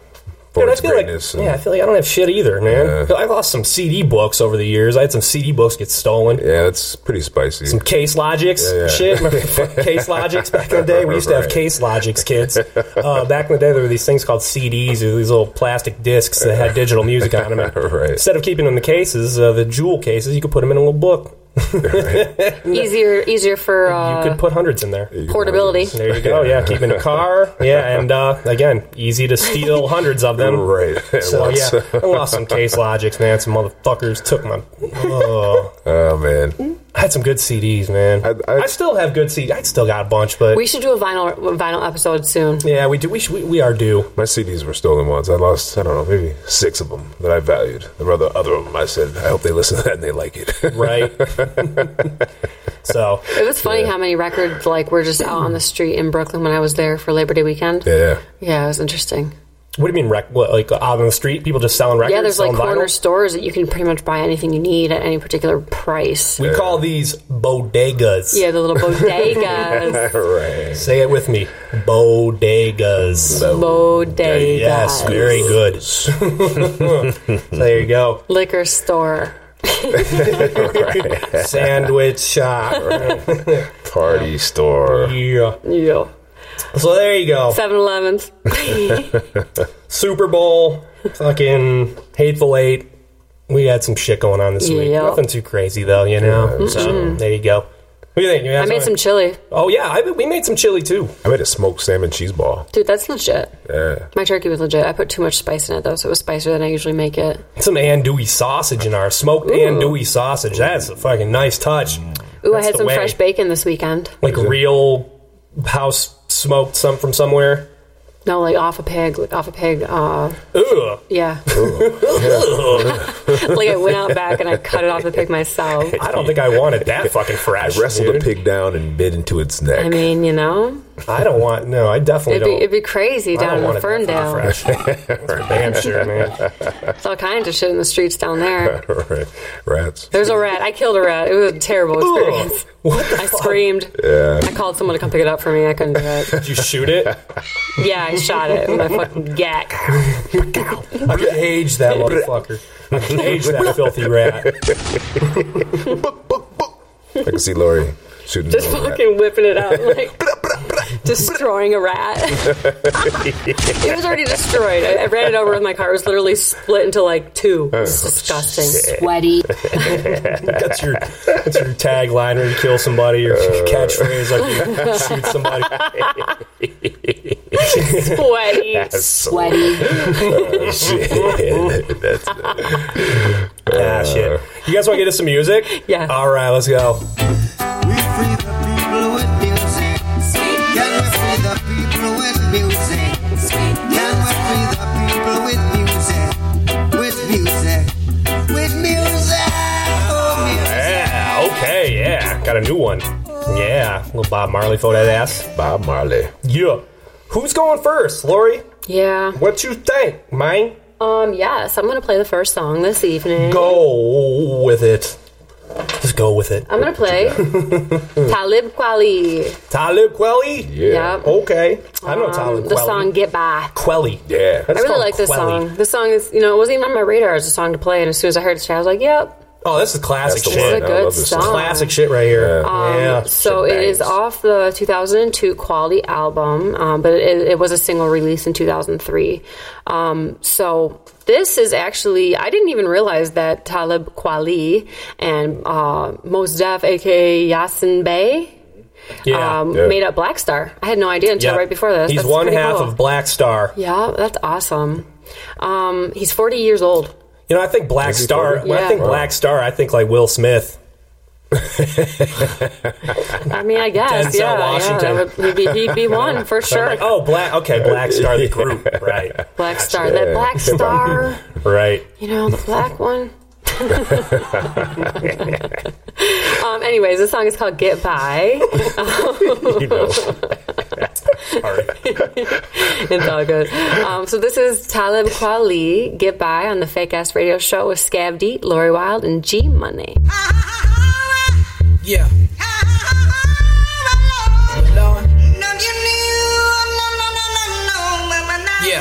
for Dude, I its feel like, greatness. and- yeah, I feel like I don't have shit either, man. Yeah. I lost some CD books over the years. I had some CD books get stolen. yeah, that's pretty spicy. Some case logics Yeah, yeah. shit. Remember the fucking case logics back in the day? We used to have Right. case logics, kids. Uh, back in the day, there were these things called CDs, or these little plastic discs that had digital music on them. And Right. Instead of keeping them in the cases, uh, the jewel cases, you could put them in a little book. Easier, easier for You uh, could put hundreds in there. portability. There you go. Yeah, keep in a car. Yeah, and uh, again, easy to steal hundreds of them. Right. So Once. yeah, I lost some case logics, man. Some motherfuckers took my. Oh, Oh man. I had some good CDs, man. I, I- I- still have good CDs. I still got a bunch, but We should do a vinyl vinyl episode soon. yeah, we do. We, should, we we are due. My CDs were stolen once. I lost, I don't know, maybe six of them that I valued. The other, other of them, I said, I hope they listen to that and they like it. right? so It was funny how many records like were just out on the street in Brooklyn when I was there for Labor Day weekend. yeah. Yeah, it was interesting. what do you mean rec- what, like out on the street people just selling records Yeah, there's like selling vinyl? corner stores that you can pretty much buy anything you need at any particular price. we call these bodegas Yeah, the little bodegas. Right. say it with me bodegas bodegas. yes very good so there you go Liquor store. sandwich shop Party store. yeah Yeah. so there you go 7 Elevens. super bowl fucking hateful eight we had some shit going on this week Yeah. nothing too crazy though you know so there you go what do you think You I guys made all some right? chili. oh yeah I, we made some chili too I made a smoked salmon cheese ball. Dude, that's legit. Yeah. My turkey was legit. I put too much spice in it, though, so it was spicier than I usually make it. some andouille sausage in our smoked andouille sausage. That's a fucking nice touch. Ooh, That's I had the some way. fresh bacon this weekend. Like real house smoked some from somewhere. No, like off a pig. Like off a pig. Uh, Ugh. yeah. like I went out back and I cut it off the pig myself. I don't think I wanted that fucking fresh. Wrestled dude. the pig down and bit into its neck. I mean, you know, I don't want. No, I definitely it'd be, don't. it'd be crazy I down don't in want the it that fucking Ferndale. fresh. That's for damn sure, man. It's all kinds of shit in the streets down there. right. Rats. There's a rat. I killed a rat. It was a terrible experience. What the I screamed. I called someone to come pick it up for me. I couldn't do it. Did you shoot it? Yeah, I shot it with my fucking gat. I could age that motherfucker. I could age that filthy rat. I can see Lori shooting. Just the rat. fucking whipping it out, like destroying a rat. it was already destroyed. I, I ran it over with my car. It was literally split into like two. Oh, It's disgusting. Sweaty. That's your that's your tagline when you kill somebody or catchphrase like you shoot somebody. Sweaty. Sweaty. Oh, shit. That's Ah, shit. You guys want to get us some music? Yeah. All right, let's go. We free the people with music. Can we free the people with music? Can we free the people with music? With music. With music. Oh, music. Yeah, okay, yeah. Got a new one. Yeah, little Bob Marley for that ass. Bob Marley. Yeah. Who's going first, Lori? Yeah. What you think, man? Um. Yes, I'm gonna play the first song this evening. Go with it. Let's Just go with it. I'm gonna play Talib Kweli. Talib Kweli? Yeah. Yep. Okay. I know Talib Um, the Kweli. song "Get By." Quelly. Yeah. I really like this song. This song is, you know, it wasn't even on my radar as a song to play, and as soon as I heard it, I was like, "Yep, Oh, this is classic That's shit. the this is a I good love this song." Um, song. Classic shit right here. yeah. So it is bangs. off the 2002 Quality album, um, but it, it was a single release in 2003. Um, so this is actually I didn't even realize that Talib Kweli and uh, Mos Def, aka Yasin Bey, yeah. um, Yeah. made up Black Star. I had no idea until Yeah. right before this. He's That's one pretty half cool. of Black Star. Yeah, that's awesome. Um, he's 40 years old. You know, I think Black he Star. forty? When I Yeah. think Black Star, I think like Will Smith. I mean, I guess. Denzel yeah, Washington. yeah, that would, he'd, be, he'd be one for So I'm sure. like, oh, Black. Okay, Black Star, the group. Right. Black Star, that Black Star. Right. You know, the black one. um, anyways, this song is called Get By. You know. Sorry. It's all good. Um, so this is Talib Kweli, Get By on the Fake Ass Radio Show with Scab D, Lori Wilde, and G Money. Yeah. Lord. Yeah.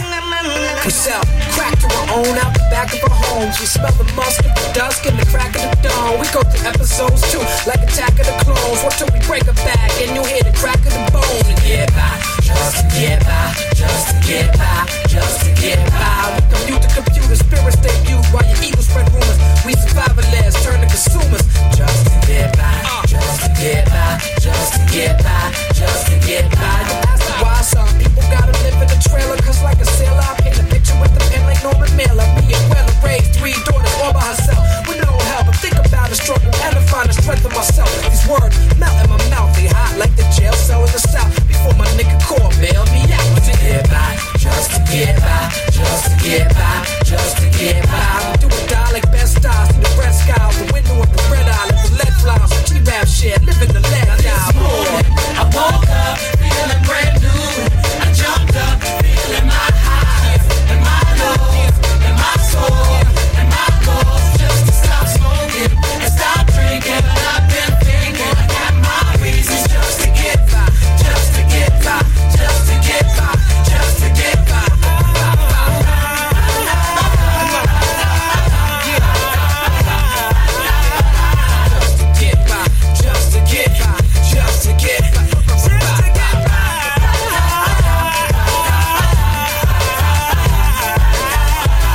Herself, crack to her own out the back of her home. She smelled the musk of the dusk and the crack of the dawn. We go through episodes too, like Attack of the Clones. What till we break her back and you hear the crack of the bone? And get by, just to get by, just to get by, just to get by. With the mute the computer, spirits debut while your eagles spread rumors. We survivalists turn to consumers just to get by, just to get by, just to get by, just to get by. That's why some people gotta live in a trailer, cause like a sailor, I paint a picture with the pen like Norman Mailer. Me and Wella raised three daughters all by herself. With no help, I think about the struggle and I find the strength of myself. These words melt in my mouth, they hot like the jail cell in the south. Before my nigga core bailed me out, just to get by, just to get by, just to get by, just to get by. Do a die like best stars, see the red sky out the window with the red eye, let the lead fly on some G-rap shit, living the lead down. I woke up feeling brand new. I jumped up feeling my highs and my lows and my soul and my goals just to stop smoking and stop drinking. But I've been thinking I got my reasons just to get by, just to get by, just to get by, just to get by. by, by, get by, just to get by, just to get by, just to get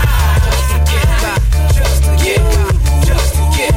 by. Just to get by, just to get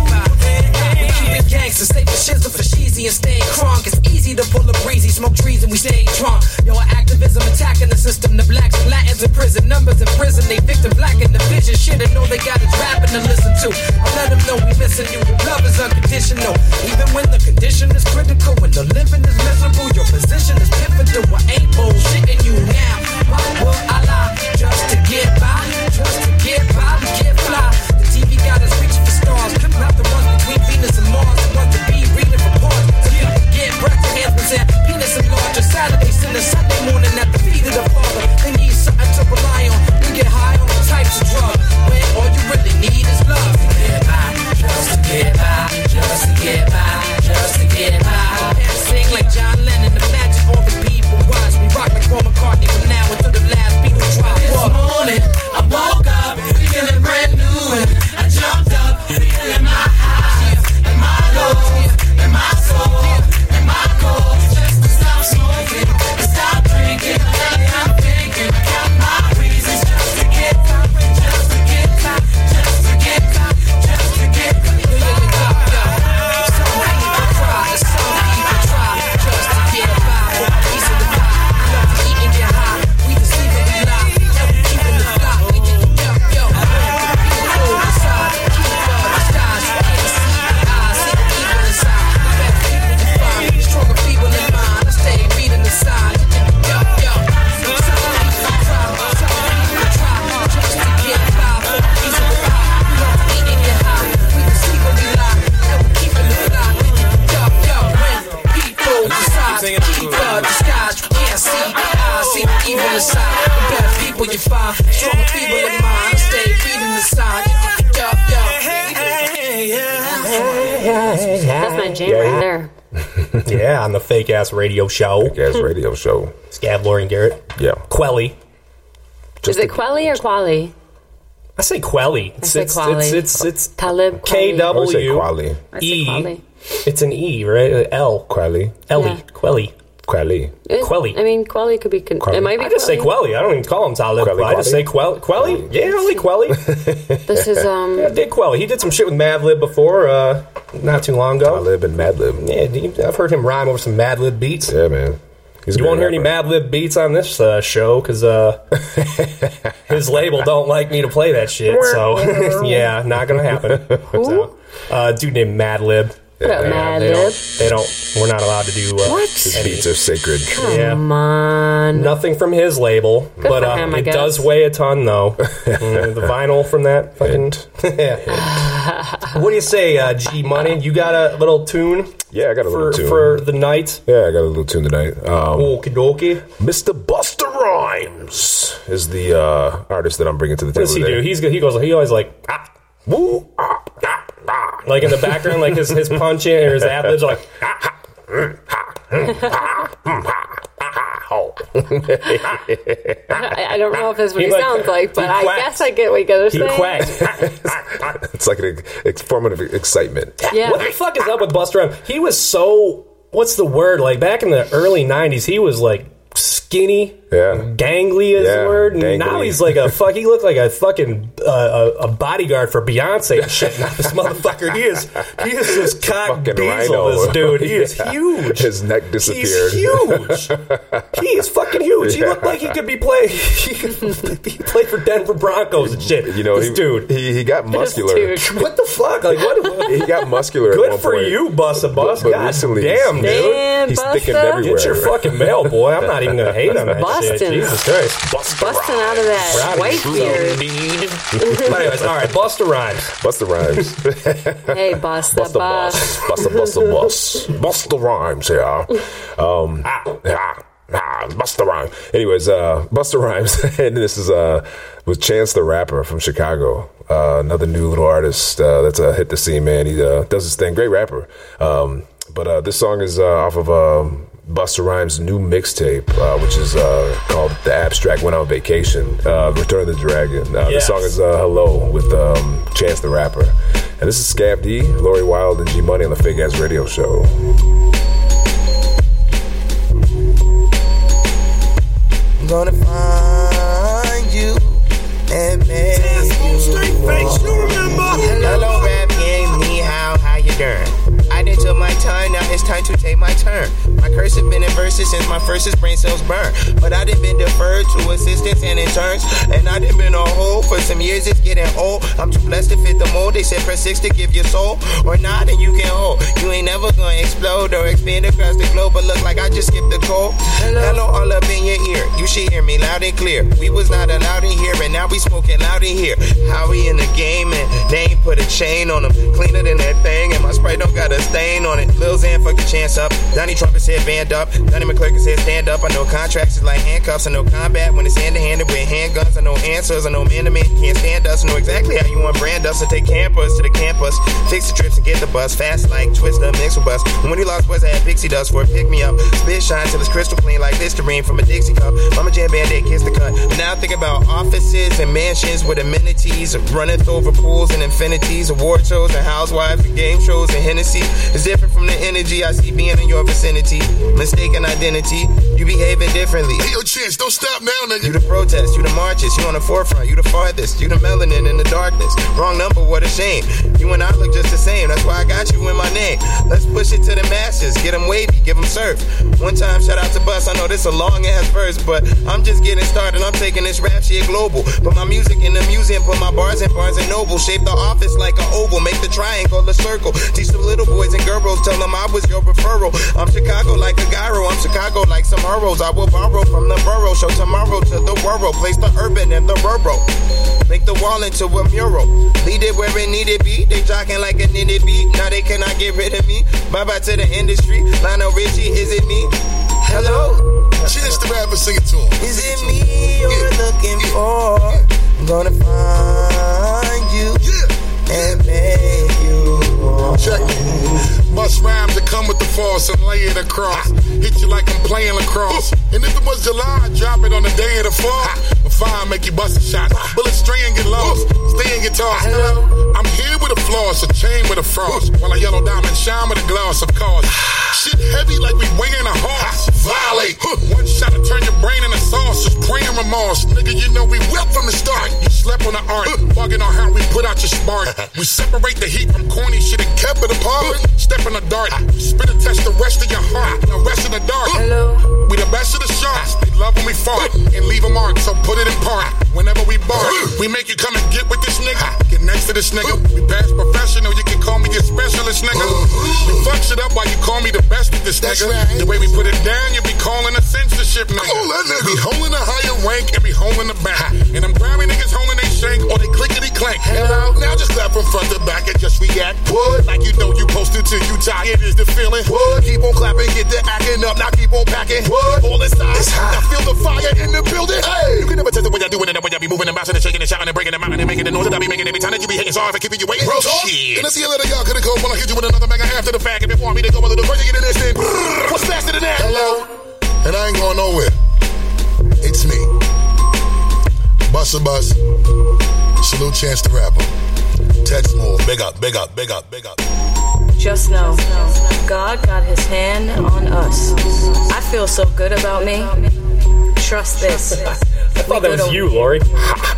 by. We keep it gangsta, stay for shizzle for sheezy and stay crunk. It's easy to pull a breezy, smoke trees and we stay drunk. Yo, our activism attacking the system. The blacks and Latins in prison, numbers in prison. They victim black in the vision. Shit, I know they got us rapping to listen to. I let them know we missing you. Your love is unconditional. Even when the condition is critical, when the living is miserable, your position is pivotal. I ain't bullshitting you now. Why would I lie? Just to get by, just to get by, to get fly. The TV got us reaching for stars. Come out the ones between Venus and Mars. The ones that be reading reports. To be get breakfast hands present. Penis enlarged on Saturday, Sunday, Sunday morning at the feet of the Father. They need something to rely on. We get high on all types of drugs. When all you really need is love. Get by, just to get by, just to get by, just to get by. And sing like John Lennon. Imagine all the people watch me rock like Paul McCartney from now until the last Beatles drop. This morning, I woke up feeling brand new, and I jumped up feeling my highs and my lows and my soul and my goals. Just to stop smoking, to stop drinking. And I'm thinking I got my reasons just to get by, just to get by, just to get by, just to get by. Some people cry, some people try just to get by. A piece of the pie, love to eat and get high. We deceive and we lie, yeah, we keeping the flock. We get yo, yo, people inside, keep all the stars, can't see the eyes, see the evil inside. Better people you find, stronger people in mind. I stay reading the signs, yo, yo. Some people cry, some people try just to get by. A piece of the pie, love to eat and get high. We deceive and we lie, yeah, we keeping the flock. We get yo, yo, when people decide to keep the disguise, you can't see the eyes, see the evil inside. The better people you find, stronger people in mind. I stay reading the signs, yo, yo. That's my jam Yeah. right there. yeah, on the fake ass radio show. Gas radio show. Scab, Lauren Garrett. Yeah. Quelly. Is it Quelly or Quali? I say Quelly. It's, say it's, Quelly. it's, it's, it's E. Talib. K Kweli. I would say quali. W I say E. Quelly. It's an E, right? L. Quali. Ellie. Yeah. Quelly. Quali. Eh, Quelly. I mean, Quelly could be. Con- Quelly. It might be. I just say Quelly. Quelly. I don't even call him Talib. Quelly, I just Quelly. say Quelly. Quelly? Yeah, only Quelly. This is um. I did Quelly. He did some shit with Madlib before, uh, not too long ago. Madlib and Madlib. Yeah, you- I've heard him rhyme over some Madlib beats. Yeah, man. He's a You great won't hear any rapper. Mad Lib beats on this uh, show because uh, his label don't like me to play that shit. So yeah, not gonna happen. So, uh, dude named Mad Lib. What up, Mad They Lib? don't, they don't. We're not allowed to do uh, What? any- Beats are sacred. Yeah, Come on. nothing from his label, but for uh, him, I it guess. does weigh a ton though. Mm, the vinyl from that fucking. Hint. Yeah. what do you say, uh, G Money? You got a little tune Yeah, I got a for little tune. for the night? yeah, I got a little tune tonight. Um, Okie dokie. Mr. Buster Rhymes is the uh, artist that I'm bringing to the What table does he today. do? He's he goes. He always like ah. Woo, ah, ah, ah. like in the background, like his his punch in or his ad libs, like I, I don't know if that's what He he, like- sounds like, but he I quacks. guess I get what you guys are he saying. quacked. It's like an ex- formative excitement. Yeah. What the fuck is up with Buster Rhymes? He was so what's the word? Like back in the early '90s, he was like skinny, Yeah. gangly is Yeah, the word. And now dangly. he's like a fuck. He looked like a fucking uh, a, a bodyguard for Beyonce and shit. Now this motherfucker, he is he is this cock Fucking diesel. rhino. This dude, he is Yeah. huge. His neck He's disappeared. huge. he is fucking huge. He Yeah. looked like he could be playing. He, could- he played for Denver Broncos and shit. You know, this he, dude. He, he got muscular. dude. what the fuck? Like what? He got muscular. at Good one for point. you, Busta Bus. But- but God recently damn, dude. he's- Damn, He's Busta. thickened everywhere. Get your fucking mail, boy. I'm not even gonna hate on that shit. Bustin'. Jesus Christ. Busting out of that Rhymes. white beard. But anyways, all right, Busta Rhymes. Busta Rhymes. Hey, bust the Busta bus. Bus. Busta Busta Bus. Busta Rhymes, yeah. Um, ah, ah, ah, Busta Rhymes. Anyways, uh, Busta Rhymes. and this is uh, with Chance the Rapper from Chicago. Uh, another new little artist uh, that's a hit the scene, man. He uh, does his thing. Great rapper. Um, but uh, this song is uh, off of um, Busta Rhymes' new mixtape, uh, which is uh, called The Abstract Went on Vacation, uh, Return of the Dragon. Uh, Yes. This song is uh, Hello with um, Chance the Rapper. And this is Scab D, Lori Wild, and G Money on the Fake Ass Radio Show. I'm gonna find you and make you walk. Hello, rap game, ni hao, how you doing? I did till my time, now it's time to take my turn. My curse has been inverted since my first brain cells burn. But I done been deferred to assistance and interns. And I done been on hold for some years, it's getting old. I'm too blessed to fit the mold. They said press six to give your soul. Or not, and you can hold. You ain't never gonna explode or expand across the globe. But look like I just skipped the code. Hello, all up in your ear. You should hear me loud and clear. We was not allowed in here, and now we smoking loud in here. How we in the game, and they ain't put a chain on them. Cleaner than that thing, and my sprite don't got a stain on it. Lil Xan fucked the chance up. Donnie Trump is said band up. Donnie McClurkin said stand up. I know contracts is like handcuffs. I know combat when it's hand to hand and with handguns. I know answers. I know man to man can't stand us. I know exactly how you want brand us. So take campers to the campus. Fix the trips and get the bus. Fast like twist the mix with bus. And when he lost boys, I had pixie dust for a pick me up. Spit shine till it's crystal clean like Listerine from a Dixie cup. Mama Jam Band Aid kissed the cut. But now I think about offices and mansions with amenities. Runneth over pools and infinities. Award shows and housewives and game shows and Hennessy. It's different from the energy I see being in your vicinity. Mistaken identity. You behaving differently. Yo, Chance, don't stop now, nigga. You the protest, you the marches, you on the forefront, you the farthest, you the melanin in the darkness. Wrong number, what a shame. You and I look just the same, that's why I got you in my name. Let's push it to the masses, get 'em wavy, give 'em surf. One time, shout out to Bus, I know this a long ass verse, but I'm just getting started, I'm taking this rap shit global. Put my music in the museum, put my bars in Barnes and Noble, shape the office like an oval, make the triangle a circle. Teach the little boys and girls, tell them I was your referral. I'm Chicago like a gyro, I'm Chicago like some heroes. I will borrow from the borough, show tomorrow to the world. Place the urban and the rural. Make the wall into a mural. Lead it where it needed be. They jocking like a needed beat. Now they cannot get rid of me. Bye bye to the industry. Lionel Richie, is it me? Hello? Chance the rapper, sing it to him. Is it me you're looking for? I'm gonna find you Yeah, and make you. check me. bust rhymes that come with the force and lay it across. Hit you like I'm playing lacrosse. And if it was July, drop it on the day of the fall. A fire make you bust a shot. Bullets stray and get lost. Stay and get tossed. I'm here with a floss, a chain with a frost. While a yellow diamond shine with a gloss, of course. Shit heavy like we weighing a horse. Violate. One shot to turn your brain into sauce. Just praying remorse. Nigga, you know we wept from the start. You slept on the art. Bugging on how we put out your spark. We separate the heat from corny shit and kept it apart. Step in the dart. Spit and test the rest of your heart. The rest of the dark. We the best of the sharks. They love when we fart and leave a mark. So put it in park. Whenever we bark, we make you come and get with this nigga. Get next to this nigga. We past professional. You can call me your specialist nigga. We fuck shit up while you call me the best of this That's nigga. right. The way we put it down, you be calling a censorship nigga. Call that nigga. Be holding a higher rank and be holding the back. And them Grammy niggas holding they shank or they clickety clank. Hello. Now just clap from front to back and just react. What? Like you know you posted till you tired is the feeling. What? Keep on clapping, get the acting up. Now keep on packing. What? All inside. It's hot. Now feel the fire in the building. Hey. You can never test the way I do it and the way I be moving and bouncing and shaking and shouting and breaking and mounting and making the noise that I be making every time that you be hating. Sorry for keeping you waiting. Bro, shit. And I see a little y'all could've called when I hit you with another mega after the fact. And before me to go a little crazy, get in this thing. What's faster than that? Hello. And I ain't going nowhere. It's me. Busta Bus. Salute Chance the Rapper. Text more. Big up, big up, big up, big up. Just know, God got his hand on us. I feel so good about me. Trust this. I thought that was you, Lori. Pray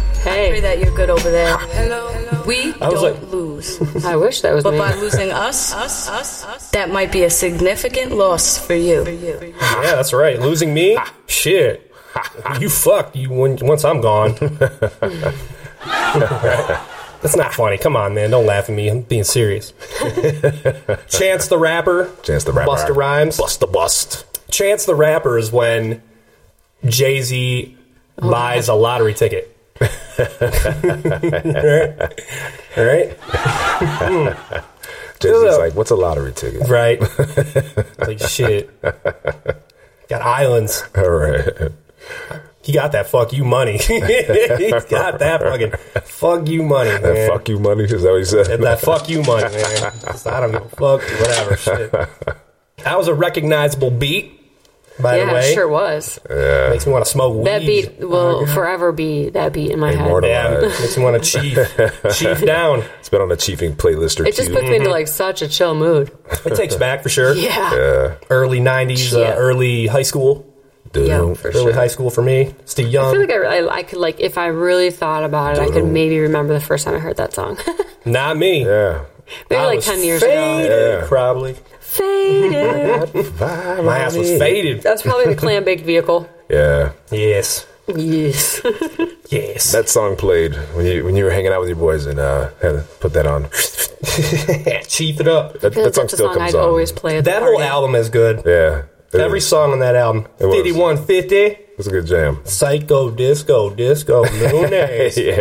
Hey, that you're good over there. We was don't like- lose. I wish that was But me. by losing us, us, us, us, that might be a significant loss for you. Yeah, that's right. Losing me? Shit. You fucked you when, once I'm gone. That's not funny. Come on, man. Don't laugh at me. I'm being serious. Chance the Rapper. Chance the Rapper. Busta Rhymes. Bust the Bust. Chance the Rapper is when Jay Z buys a lottery ticket. All right? Jay-Z's like, what's a lottery ticket? Right? Like, shit. Got islands. All right. He got that fuck you money. he got that fucking fuck you money, man. That fuck you money? Is that what you said? that fuck you money, man. Just, I don't know. Fuck whatever. Shit. That was a recognizable beat, by yeah, the way. uh, it sure was. Makes me want to smoke weed. That beat will forever be that beat in my head. Immortal. Yeah, makes me want to chief. chief down. It's been on the chiefing playlist or It just two. puts me into like such a chill mood. It takes back for sure. Yeah. Early 90s, uh, Yeah. early high school. Dun. for Early high school for me. Still I young. feel like I, I, I could like if I really thought about it, I could maybe remember the first time I heard that song. Not me. Yeah. maybe I like was ten years faded, ago. Yeah. Probably. Faded. My ass was faded. That's probably the clam baked vehicle. Yeah. Yes. Yes. Yes. That song played when you when you were hanging out with your boys and uh, had to put that on. chief it up. That, that That's song a still song comes I'd on. always play at the That whole party. album is good. Yeah. It Every is. song on that album. It was. 5150. It's a good jam. Psycho Disco Disco Lunes. Yeah.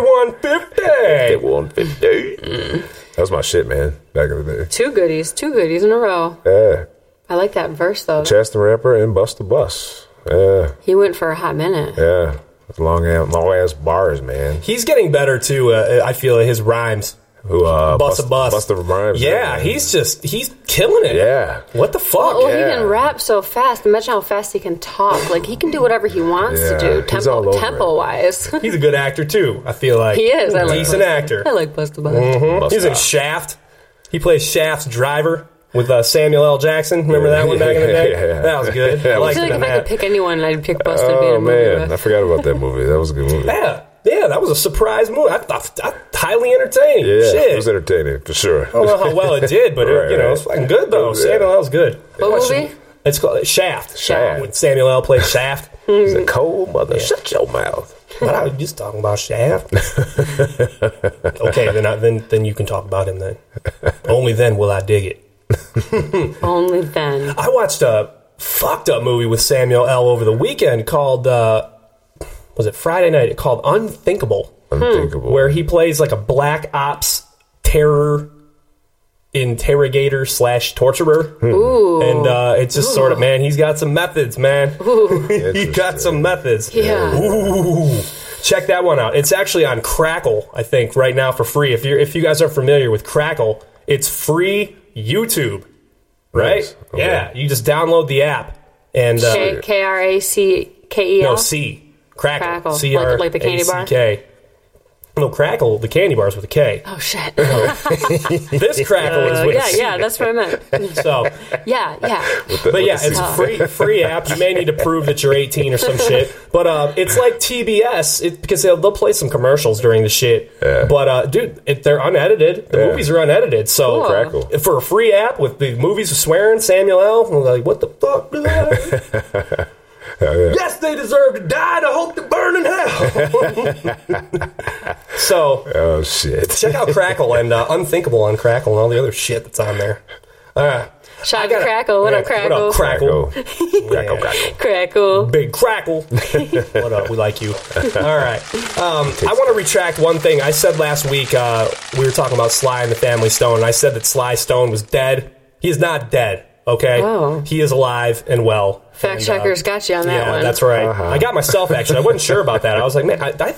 5150. That was my shit, man. Back in the day. Two goodies, two goodies in a row. Yeah. I like that verse though. Chance the Rapper and Bust the Bus. Yeah. He went for a hot minute. Yeah. Long ass, long ass bars, man. He's getting better too. Uh, I feel at his rhymes. Who uh, Bust a bus. Bust the rhymes. Yeah, man. he's just he's killing it. yeah. What the fuck? Oh, yeah. he can rap so fast. Imagine how fast he can talk. Like he can do whatever he wants Yeah, to do, he's all over tempo it. tempo wise. He's a good actor too. I feel like He is. I like decent actor. I like Busta Buzz. Bust He's in out. Shaft. He plays Shaft's driver with uh, Samuel L. Jackson. Remember that one back in the day? Yeah. That was good. That I I was liked feel like him if in I that. could pick anyone, I'd pick Busta to be in Oh a movie man, I with. forgot about that movie. That was a good movie. yeah, yeah, that was a surprise move. I thought I, highly entertaining. Yeah, Shit. it was entertaining for sure. I don't know how well it did, but Right, it, you know, right. it's fucking good though. Yeah. Samuel L. was good. What movie? It's called Shaft. Shaft. When Samuel L. played Shaft. He's a cold mother. Shut your mouth. but I was just talking about Shaft. okay, then I, then then you can talk about him then. Only then will I dig it. Only then. I watched a fucked up movie with Samuel L. over the weekend called uh, was it Friday night? It called Unthinkable, Unthinkable. Hmm. where he plays like a black ops terror interrogator slash torturer. Hmm. Ooh. And uh, it's just sort of, man, he's got some methods, man. he got some methods. Yeah. Ooh. Check that one out. It's actually on Crackle, I think, right now for free. If you are if you guys are familiar with Crackle, it's free YouTube, right? Nice. Okay. Yeah, you just download the app and uh, K K R A C K E no L. C crackle, Crackle. Like- C R like the candy bar? A C K. No crackle, the candy bars with a K. Oh shit. This crackle Uh, is with a yeah, C. yeah, that's what I meant. So, Yeah, yeah. but yeah, it's free free app. You may need to prove that you're 18 or some shit. But uh, it's like TBS it, because they'll, they'll play some commercials during the shit. But uh, dude, it, they're unedited. The Yeah. movies are unedited. So Cool. Crackle. for a free app with the movies of swearing, Samuel L. I'm like, what the fuck? Yes, they deserve to die. to hope to burn in hell. so Oh shit! check out Crackle and uh, Unthinkable on Crackle and all the other shit that's on there. All right. Shot gotta- crackle. What Yeah, up, crackle? What up, Crackle, Crackle? crackle, Yeah. crackle. Crackle. Big Crackle. what up? We like you. All right. Um, I want to retract one thing. I said last week uh, we were talking about Sly and the Family Stone, and I said that Sly Stone was dead. He is not dead, okay? Oh. He is alive and well. Fact And, uh, checkers got you on that yeah, one. that's right. I got myself actually. I wasn't sure about that. I was like, man, I, I,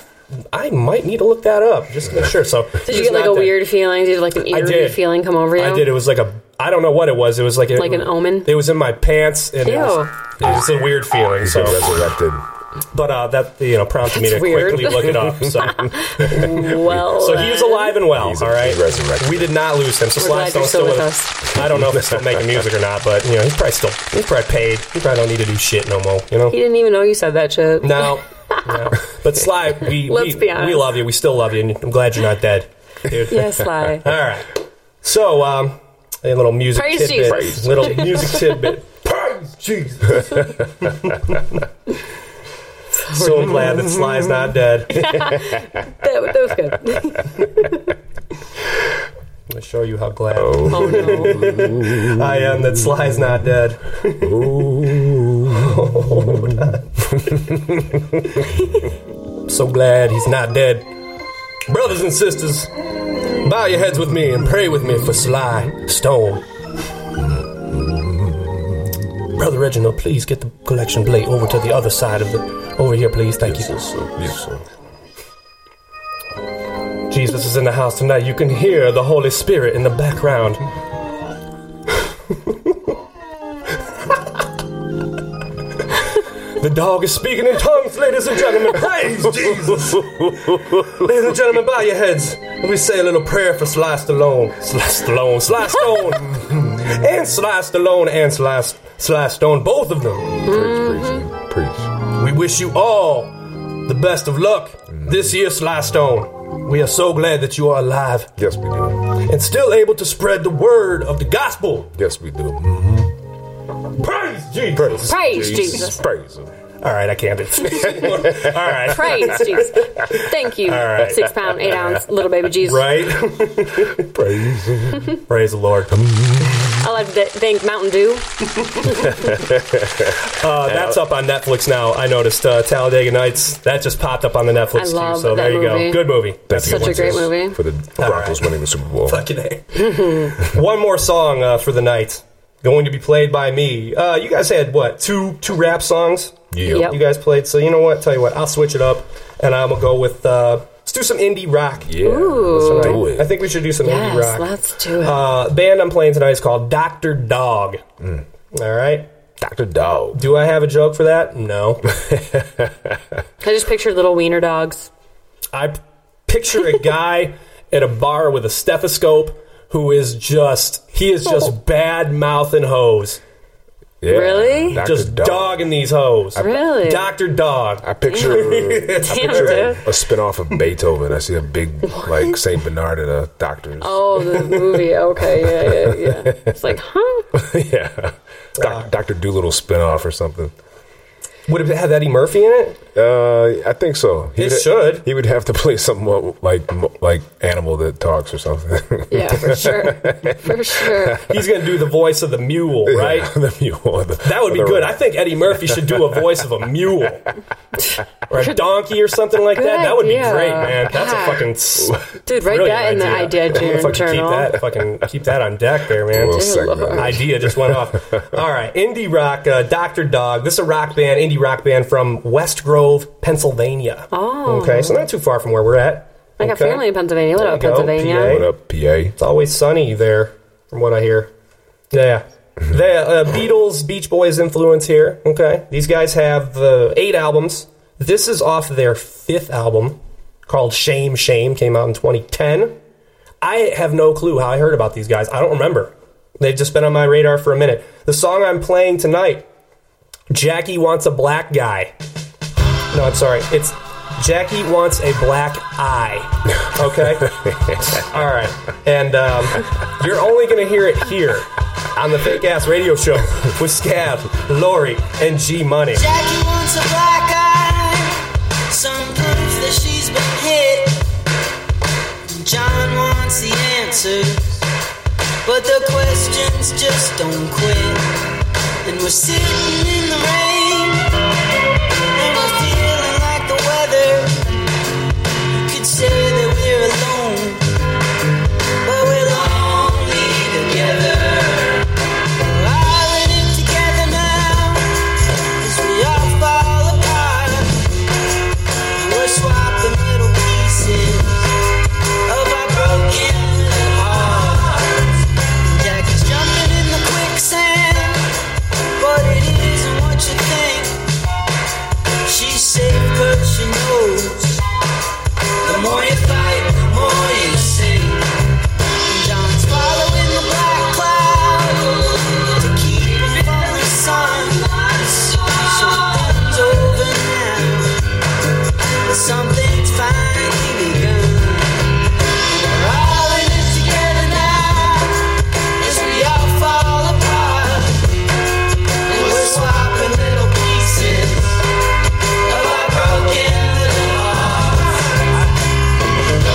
I might need to look that up just to make sure. So Did you get like a weird feeling? Did you like an eerie did. feeling come over you? I did. It was like a. I don't know what it was. It was like a, Like an omen? It was in my pants, and it was, Ew. it was a weird feeling. So So, resurrected. but uh, that you know prompted me to That's weird. quickly look it up. So, Well, so he is alive and well. He's- all right, he's resurrected. we did not lose him. So We're glad Sly you're still Stone's still with with us. I don't know if he's still making music or not, but you know he's probably still he's probably paid. He probably don't need to do shit no more. You know. He didn't even know you said that shit. No. no. But Sly, we, Let's we, be honest. we love you. We still love you. And I'm glad you're not dead. Dude. Yes, Sly. All right. So, um, a little music Praise tidbit. Jesus. Little music tidbit. Praise Jesus. so glad that Sly's not dead. that, that was good. I'm going to show you how glad Oh no. Oh. I am that Sly's not dead. I'm so glad he's not dead. Brothers and sisters, bow your heads with me and pray with me for Sly Stone. Brother Reginald, please get the collection plate over to the other side of the. Over here, please. Thank you. Beautiful. Jesus is in the house tonight. You can hear the Holy Spirit in the background. the dog is speaking in tongues, ladies and gentlemen. Praise Jesus! ladies and gentlemen, bow your heads and we say a little prayer for Sly Stallone. Sly Stallone, Sly Stone, and Sly Stallone and Sly, Sly Stone, both of them. Preach, preach, preach. We wish you all the best of luck this year, Sly Stone. We are so glad that you are alive Yes, we do. and still able to spread the word of the gospel. Yes, we do. Mm-hmm. Praise Jesus. Praise, Praise Jesus. Praise him. All right, I can't do this. anymore. all right. Praise Jesus. Thank you. right. Six pound, eight ounce, little baby Jesus. Right? Praise him. Praise the Lord. I'd like to thank Mountain Dew. Uh, that's up on Netflix now. I noticed uh, Talladega Nights. That just popped up on the Netflix I too, love So there that you movie. go. Good movie. That's Such a great movie. For the Broncos winning the Super Bowl. Fucking A. One more song uh, for the night. Going to be played by me. Uh, you guys had what? Two two rap songs? Yeah. Yep. You guys played. So you know what? Tell you what, I'll switch it up and I'm gonna go with uh, let's do some indie rock. Yeah. Ooh. Let's do it. I think we should do some indie Yes, rock. let's do it. uh, band I'm playing tonight is called Doctor Dog. Mm. All right. Dr. Dog. Do I have a joke for that? No. I just pictured little wiener dogs. I p- picture a guy at a bar with a stethoscope who is just he is just bad mouthing hoes. Yeah. Really? Dr. just dogging these hoes. Really? Dr. Dog. I picture It's Damn, a, dude. a spin-off of Beethoven. I see a big like Saint Bernard at a doctor's. Oh, the movie. Okay, yeah, yeah, yeah. It's like, huh? yeah, Ah. Doc, Doctor Doolittle spin-off or something. Would it have Eddie Murphy in it? Uh, I think so. He It would- should. He would have to play some like mo- like animal that talks or something. Yeah, for sure. For sure. He's going to do the voice of the mule, right? the mule. or the- That would be or the good. I rat. think Eddie Murphy should do a voice of a mule or a donkey or something like that. Good That would be idea. great, man. That's a God. fucking s- Dude, write brilliant that in the idea I'm jour- gonna fucking journal. Keep that, fucking keep that on deck, there, man. Little Dear segment. Lord. idea just went off. All right, indie rock, uh, Doctor Dog. This is a rock band, indie rock band from West Grove, Pennsylvania. Oh. okay, so not too far from where we're at. I got Okay. family in Pennsylvania. What There up, you go, Pennsylvania? PA. What up, PA? It's always sunny there. from what I hear. Yeah. The uh, Beatles, Beach Boys influence here. Okay. These guys have uh, eight albums. This is off their fifth album called Shame, Shame, came out in 2010. I have no clue how I heard about these guys. I don't remember. They've just been on my radar for a minute. The song I'm playing tonight, Jackie Wants a Black Guy. No, I'm sorry. It's Jackie Wants a Black Eye. Okay? All right. And um, you're only going to hear it here on the Fake Ass Radio Show with Scab, Lori, and G Money. Jackie wants a black eye, some proof that she's been hit. John wants the answers, but the questions just don't quit. And we're sitting in the rain, and we're feeling like the weather. You could say that we're alone, but we're lonely together. All in it together now. Cause we all fall apart And we're swapping little pieces Of our broken hearts Jackie's jumping in the quicksand But it isn't what you think She's safe cause she knows The more you fight, the more you sink John's following the black cloud To keep him from the sun So things over now but Something's finally begun. We're all in this together now, as we all fall apart. And we're swapping little pieces of our broken little hearts.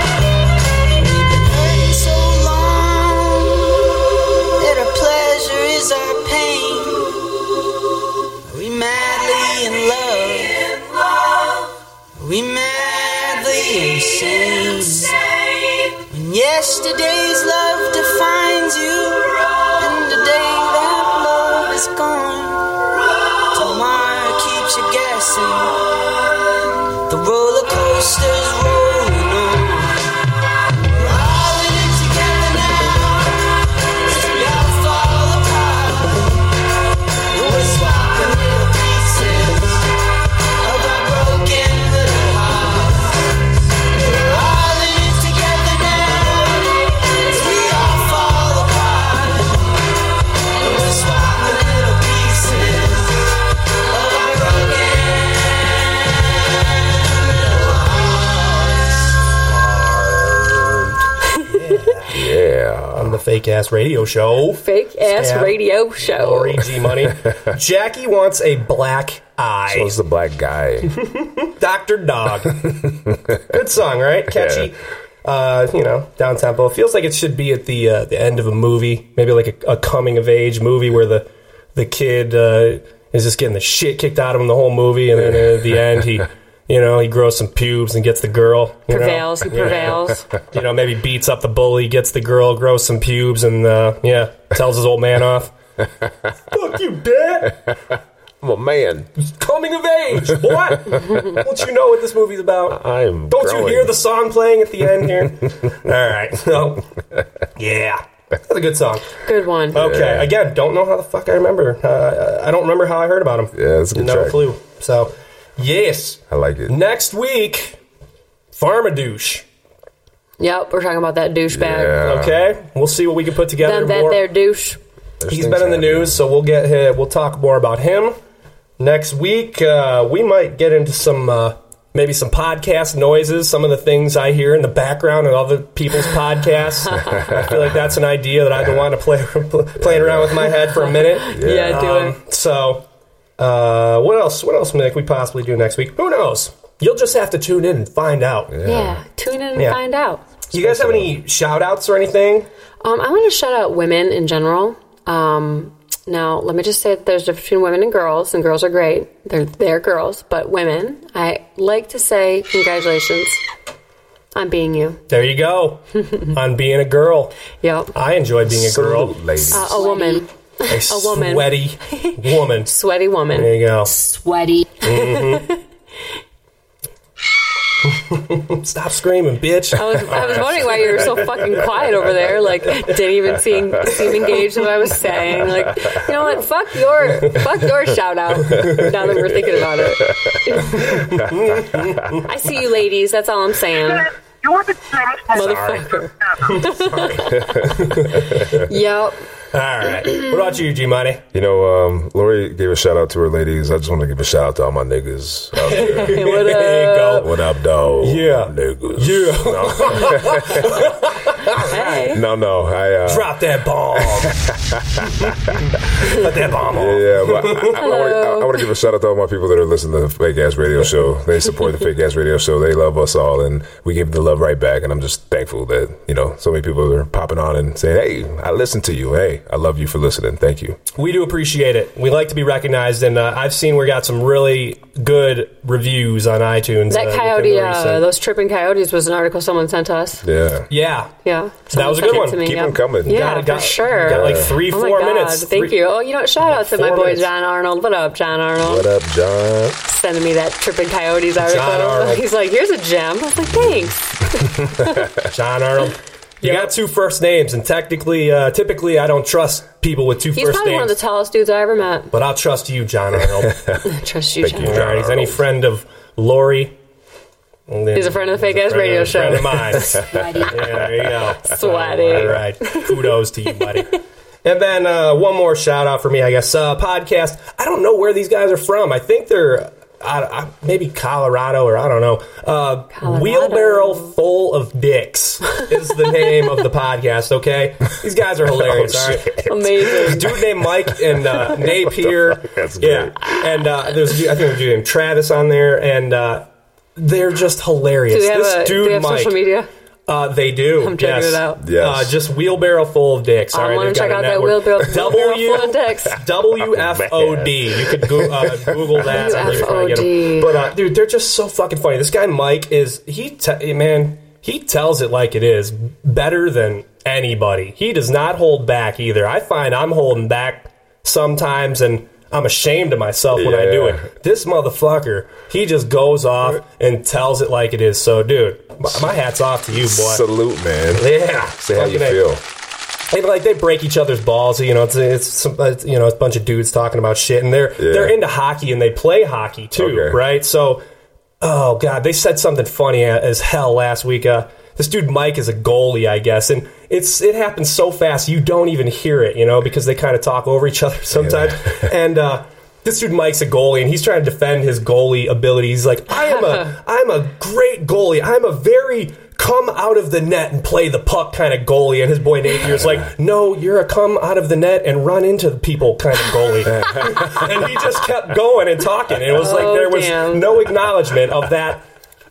We've been hurting so long that our pleasure is our pain. Are we madly in love? Are we madly insane? When yesterday's love defines you, and today that love is gone. Tomorrow keeps you guessing. The roller coaster's rolling on. Yeah. On the Fake Ass Radio Show. Fake ass Scab, radio show. Lori, G Money. Jackie wants a black eye. So it's the black guy. Dr. Dog. Good song, right? Catchy. Uh, you know, down tempo. It feels like it should be at the uh, the end of a movie, maybe like a, a coming of age movie where the the kid uh, is just getting the shit kicked out of him the whole movie, and then at the end he, you know, he grows some pubes and gets the girl. You prevails. Know? He prevails. You know, maybe beats up the bully, gets the girl, grows some pubes, and uh, yeah, tells his old man off. Fuck you, dad I'm a man. coming of age. What? Don't you know what this movie's about? I am Don't you growing. hear the song playing at the end here? All right. So, yeah, that's a good song. Good one. Okay. Again, don't know how the fuck I remember. Uh, I don't remember how I heard about him. Yeah, that's a good no track. clue. So, yes. I like it. Next week, Farmadouche. Yep, we're talking about that douchebag. Yeah. Okay, we'll see what we can put together. Them, that more. there douche. There's He's things been in the happening. news, so we'll get hit. We'll talk more about him next week. Uh, we might get into some uh, maybe some podcast noises, some of the things I hear in the background and other people's podcasts. I feel like that's an idea that I've been wanting to play playing around with my head for a minute. Yeah, do it. Um, so, uh, what else? What else, Mick? We possibly do next week? Who knows? You'll just have to tune in and find out. Yeah. tune in and Yeah. find out. You guys have any shout outs or anything? Um, I want to shout out women in general. Um, Now, let me just say that there's a difference between women and girls, and girls are great. They're they're girls, but women, I like to say congratulations on being you. There you go. on being a girl. Yep. I enjoy being a girl. Salute, ladies. Uh, a woman. A, a woman. sweaty woman. Sweaty woman. There you go. Sweaty. Stop screaming, bitch. I was, I was wondering why you were so fucking quiet over there. Like, didn't even seem seem engaged with what I was saying. Like, you know what? Fuck your fuck your shout out. Now that we're thinking about it, I see you, ladies. That's all I'm saying. Motherfucker. yep. All right. What about you, G Money? You know, um, Lori gave a shout out to her ladies. I just want to give a shout out to all my niggas. Out there. What uh, There you up? go. what up, dog? Yeah. niggas. Yeah. Hey. No, no, I uh, Drop that bomb. Put that bomb on. Yeah, but I, I, I want to give a shout out to all my people that are listening to the Fake Ass Radio Show. They support the Fake Ass Radio Show. They love us all, and we give the love right back. And I'm just thankful that you know so many people are popping on and saying, "Hey, I listened to you. Hey, I love you for listening. Thank you." We do appreciate it. We like to be recognized, and uh, I've seen we got some really good reviews on iTunes. uh, That within coyote, the uh, recent- those tripping coyotes, was an article someone sent us. Yeah, yeah, Yeah, someone was a sent good it one. to me, Keep yeah. 'em coming. Yeah, Got Got- for got- sure. Got like three, Oh four my God, minutes. Thank Three- you. Oh, you know, what? shout out to my Four boy minutes. John Arnold. What up, John Arnold? what up, John? Sending me that Tripping Coyotes article. Arnold. He's like, here's a gem. I was like, thanks. John Arnold. You got two first names, and technically, uh, typically, I don't trust people with two first He's probably names. one of the tallest dudes I ever met. but I'll trust you, John Arnold. I trust you, Thank John. you. All right, he's any friend of Lori. He's a friend of the Fake Ass friend- Radio friend Show. of mine. Sweaty. Yeah, there you go. Sweaty. All right. Kudos to you, buddy. And then uh, one more shout out for me, I guess. Uh, podcast. I don't know where these guys are from. I think they're I, I, maybe Colorado or I don't know. Uh, Wheelbarrow Full of Dicks is the name of the podcast, okay? These guys are Oh, hilarious, all right? Amazing. dude named Mike and uh, Nape here. That's yeah, and uh, there's a dude- I think there's a dude named Travis on there, and uh, they're just hilarious. Do they have, this a, dude do they have Mike, social media? Uh, they do. I'm checking yes. it out. Yes. Uh, just wheelbarrow full of dicks. All I right, want they've to got check a out that network. wheelbarrow, W- wheelbarrow full of dicks. Oh, WFOD. You could go, uh, Google that. and you can try to get 'em. WFOD. But uh, dude, they're just so fucking funny. This guy Mike is he te- man. He tells it like it is, better than anybody. He does not hold back either. I find I'm holding back sometimes, and I'm ashamed of myself when I do Yeah. it. This motherfucker, he just goes off and tells it like it is. So, dude, my, my hat's off to you, boy. Salute, man. yeah, Say how you Fucking A. feel. They like they break each other's balls. You know, it's it's, some, it's you know it's a bunch of dudes talking about shit, and they're Yeah. they're into hockey and they play hockey too, Okay. right? So, oh god, they said something funny a- as hell last week. Uh, this dude Mike is a goalie, I guess, and it's it happens so fast you don't even hear it, you know, because they kind of talk over each other sometimes. and uh, this dude Mike's a goalie, and he's trying to defend his goalie ability. He's like, I am a I'm a great goalie. I'm a very come out of the net and play the puck kind of goalie. And his boy Napier's like, no, you're a come out of the net and run into the people kind of goalie. and he just kept going and talking. It was like Oh, there was damn. no acknowledgement of that.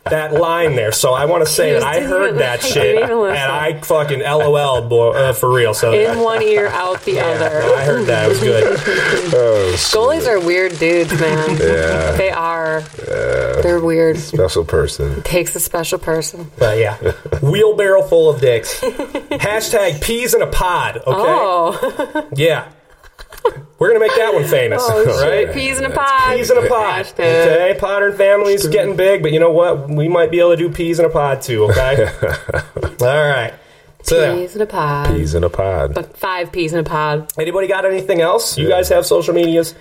That line there, so I want to say that Just I didn't heard even- that I shit, didn't even and listen. I fucking LOL boy, uh, for real. So In one ear, out the yeah, I other. heard that it was good. Goalies are weird dudes, man. Yeah. They are. They're weird. Special Uh, person. Takes a special person. But yeah, wheelbarrow full of dicks. Hashtag peas in a pod. Okay. Oh, Yeah. We're gonna make that one famous, right? Oh, peas in a pod. Peas in a pod. Hashtag. Okay, Potter and family's getting big, but you know what? We might be able to do peas in a pod too. Okay. All right. So Peas in a pod. He's in a pod. Five peas in a pod. anybody got anything else? You guys have social medias?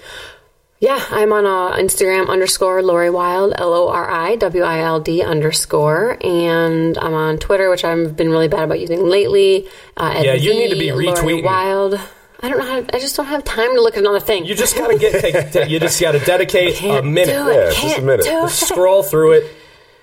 Yeah, I'm on uh, Instagram underscore Lori Wild, L O R I W I L D underscore. And I'm on Twitter, which I've been really bad about using lately. Uh, at Yeah, you the need to be Lori retweeting. Wild. I don't know how to, I just don't have time to look at another thing. You just gotta get. Take, take- you just gotta dedicate a Can't minute. do it. Yeah, just a Can't minute. do it. scroll through it.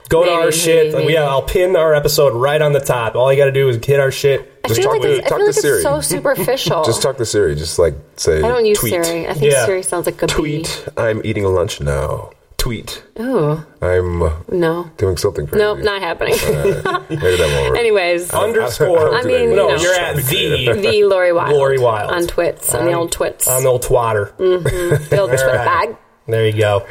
Go to Maybe, our maybe, shit. maybe. Yeah, I'll pin our episode right on the top. All you got to do is hit our shit. I feel talk like, to- it's, I feel talk to like Siri. it's so superficial. Just talk to Siri. Just like say. I don't use tweet. Siri. I think Yeah. Siri sounds like a bee. Tweet. I'm eating lunch now. tweet. Oh I'm uh, no. doing something crazy. Nope, not happening. Maybe that won't work. Anyways, Underscore. I mean, you no, know. you're at the the Lori Wild. Lori Wild. on Twits, on, the old Twits, on the old twatter. Mhm. the old Twit Alright. bag. There you go.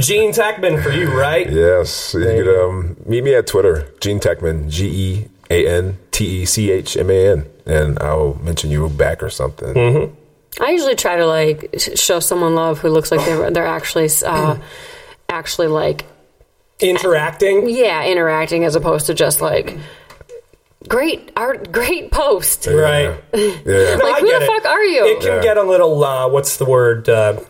Gene Techman for you, right? Yes, you could um, meet me at Twitter, Gene Techman, G E A N T E C H M A N, and I'll mention you back or something. Mm-hmm. I usually try to like sh- show someone love who looks like they're they're actually uh, actually like interacting. Yeah, interacting as opposed to just like great art, great post. Right. Yeah. No, I like who get the it. fuck are you? It can get a little, uh, what's the word? Uh,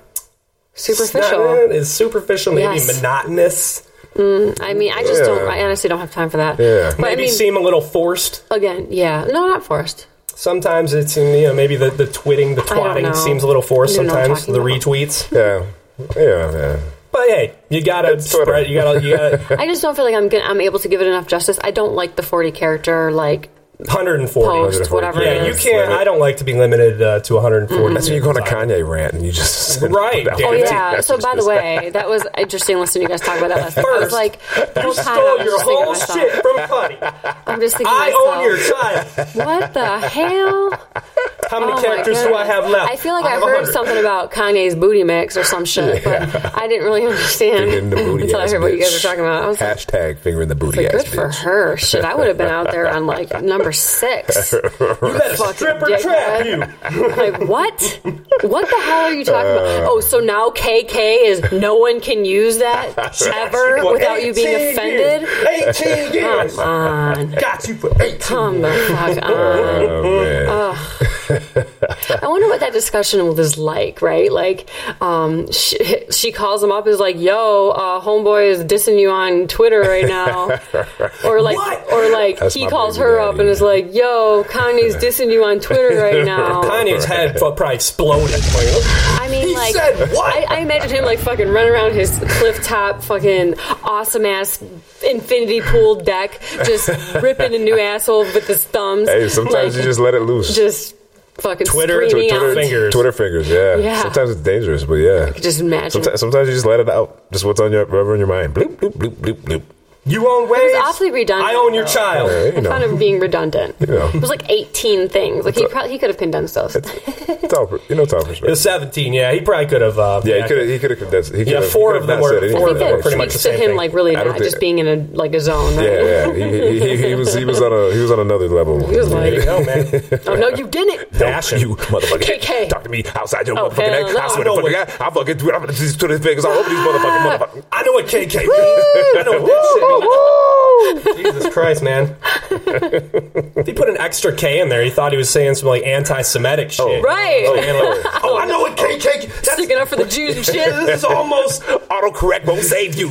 Superficial. snotty, Is superficial, maybe Yes. monotonous. Mm, I mean, I just don't. Yeah. I honestly don't have time for that. But maybe I mean, seem a little forced. again, yeah, no, not forced. Sometimes it's in, you know maybe the, the twitting, the I don't know. twatting seems a little forced. I don't know what I'm Sometimes talking the about. retweets. Yeah, yeah, yeah. But hey, you gotta spread. You gotta. You gotta. I just don't feel like I'm gonna, I'm able to give it enough justice. I don't like the 40 character like 140. Post, whatever Yeah, it you is. Mm-hmm. can't. I don't like to be limited uh, to 140. That's when you go on a Kanye rant and you just Right, Oh yeah. So by the way, that was interesting listening to you guys talk about that last time. I was like, the whole time I stole was your just thinking whole to myself, shit from Cuddy. I'm just thinking to I own your myself, child. What the hell? How many Oh my characters do I goodness. have left? I feel like I I, have heard 100. something about Kanye's booty mix or some shit, but I didn't really understand Finger in the booty until I ass heard what you guys bitch. were talking about. I was like, Hashtag finger in the booty like, ass good for bitch. her. Shit, I would have been out there on like number six. Fucking trap dickhead. like what? What the hell are you talking Uh. about? Oh, so now KK is no one can use that ever For without you being 18 offended. years. 18 years. Come on. Got you for 18 Come the fuck on. Oh, man. Ugh. I wonder what that discussion was like, right? Like, um, she, she calls him up, is like, "Yo, uh, homeboy is dissing you on Twitter right now," or like, or like That's he my calls baby her daddy. up and is like, "Yo, Kanye's dissing you on Twitter right now." Kanye's head fu- probably exploded. I mean, like, I, I imagine him like fucking running around his cliff top, fucking awesome ass infinity pool deck, just ripping a new asshole with his thumbs. Hey, Like, sometimes you just let it loose. Just fucking Twitter, screaming out. fingers. Twitter fingers, yeah. Yeah. Sometimes it's dangerous, but yeah. Just imagine. Sometimes, sometimes you just let it out. Just what's on your whatever in your mind. Bloop, bloop, bloop, bloop, bloop. You own It waves. was awfully redundant. I own your though. child. Yeah, you I found know. him being redundant. You know. It was like 18 things. Like he probably he could have condensed those. It's all, per- you know, it's all perspective. It was 17. Yeah, he probably could have. Uh, Yeah, he could have. He could have condensed. He Yeah, could've- he four could've of them not were- said anything four of them that were pretty night. much the to same him, thing. like really I don't not think- just being in a like a zone. Right? Yeah, yeah. He, he, he, he was he was on a he was on another level. He was like, oh man, oh no, you didn't. Dashing. you motherfucker. KK. Talk to me outside your Oh, motherfucking hell neck. I swear no. to fucking God, I fucking do it. I'm gonna just put his fingers all over these motherfucking motherfuckers. I know what KK. means. I know what that shit means. Jesus Christ, man! if he put an extra K in there, he thought he was saying some like anti-Semitic shit. Oh, Right. Oh, man, like, oh, I know what KK. That's, Sticking up for the Jews and shit. this is almost autocorrect won't save you.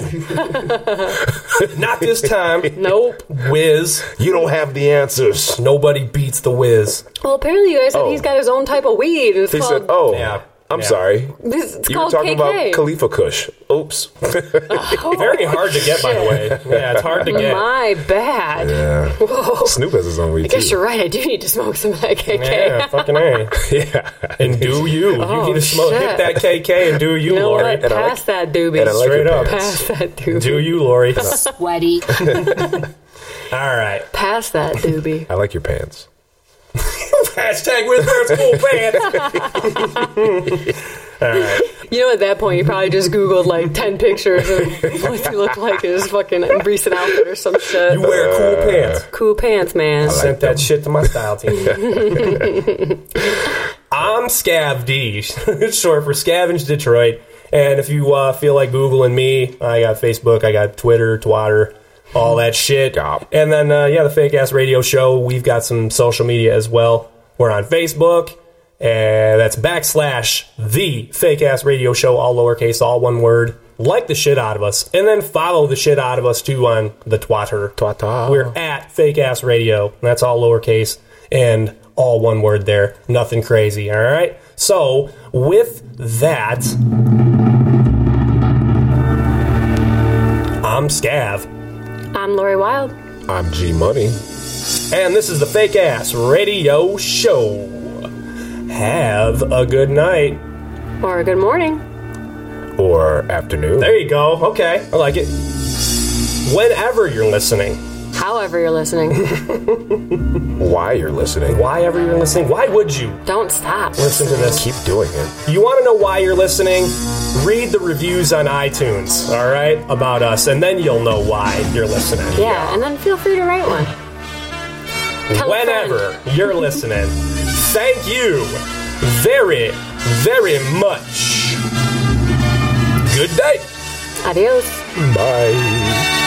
Not this time. Nope. Whiz. You don't have the answers. Nobody beats the whiz. Well, apparently you guys said Oh. he's got his own type of weed. And it's He called said, "Oh, Yeah. I'm Yeah. sorry. this, it's you were called talking KK. about Khalifa Kush. Oops. "Oh, Very hard to get, by the way. Yeah, it's hard to get. My bad. yeah. Whoa. Snoop has his own weed I guess too. you're right. I do need to smoke some of that KK. Yeah, fucking A. Yeah. And do you. Oh, you need to smoke. Hit shit. that KK and do you, You know Lori. what? And I Pass that doobie. And I like Straight your up. pants. Pass that doobie. Do you, Lori? All Sweaty. right. Pass that doobie. I like your pants. Hashtag with their school pants. You know, at that point, you probably just Googled like 10 pictures of what he looked like in his fucking recent outfit or some shit. You wear cool pants. cool pants, man. Sent that shit to my style team. I'm Scav D, short for Scavenge Detroit. And if you uh, feel like Googling me, I got Facebook, I got Twitter, Twatter, all that shit. Yup. And then, uh, yeah, the Fake Ass Radio Show, we've got some social media as well. We're on Facebook, and that's backslash the Fake Ass Radio Show, all lowercase, all one word. Like the shit out of us, and then follow the shit out of us too on the Twatter. Twatter. We're at Fake Ass Radio. and That's all lowercase and all one word there. Nothing crazy. All right. So with that, I'm Scav, I'm Lori Wild. I'm G Money. and this is the Fake Ass Radio Show. Have a good night Or good morning. or afternoon. There you go. Okay, I like it. Whenever you're listening, However, you're listening, Why you're listening? Why ever you're listening? Why would you don't stop. listen to this? Keep doing it. You want to know why you're listening? Read the reviews on iTunes, all right, about us, and then you'll know why you're listening. Yeah, and then feel free to write one. Tell a Whenever you're listening, thank you very, very much. Good night. friend. Adios. Bye.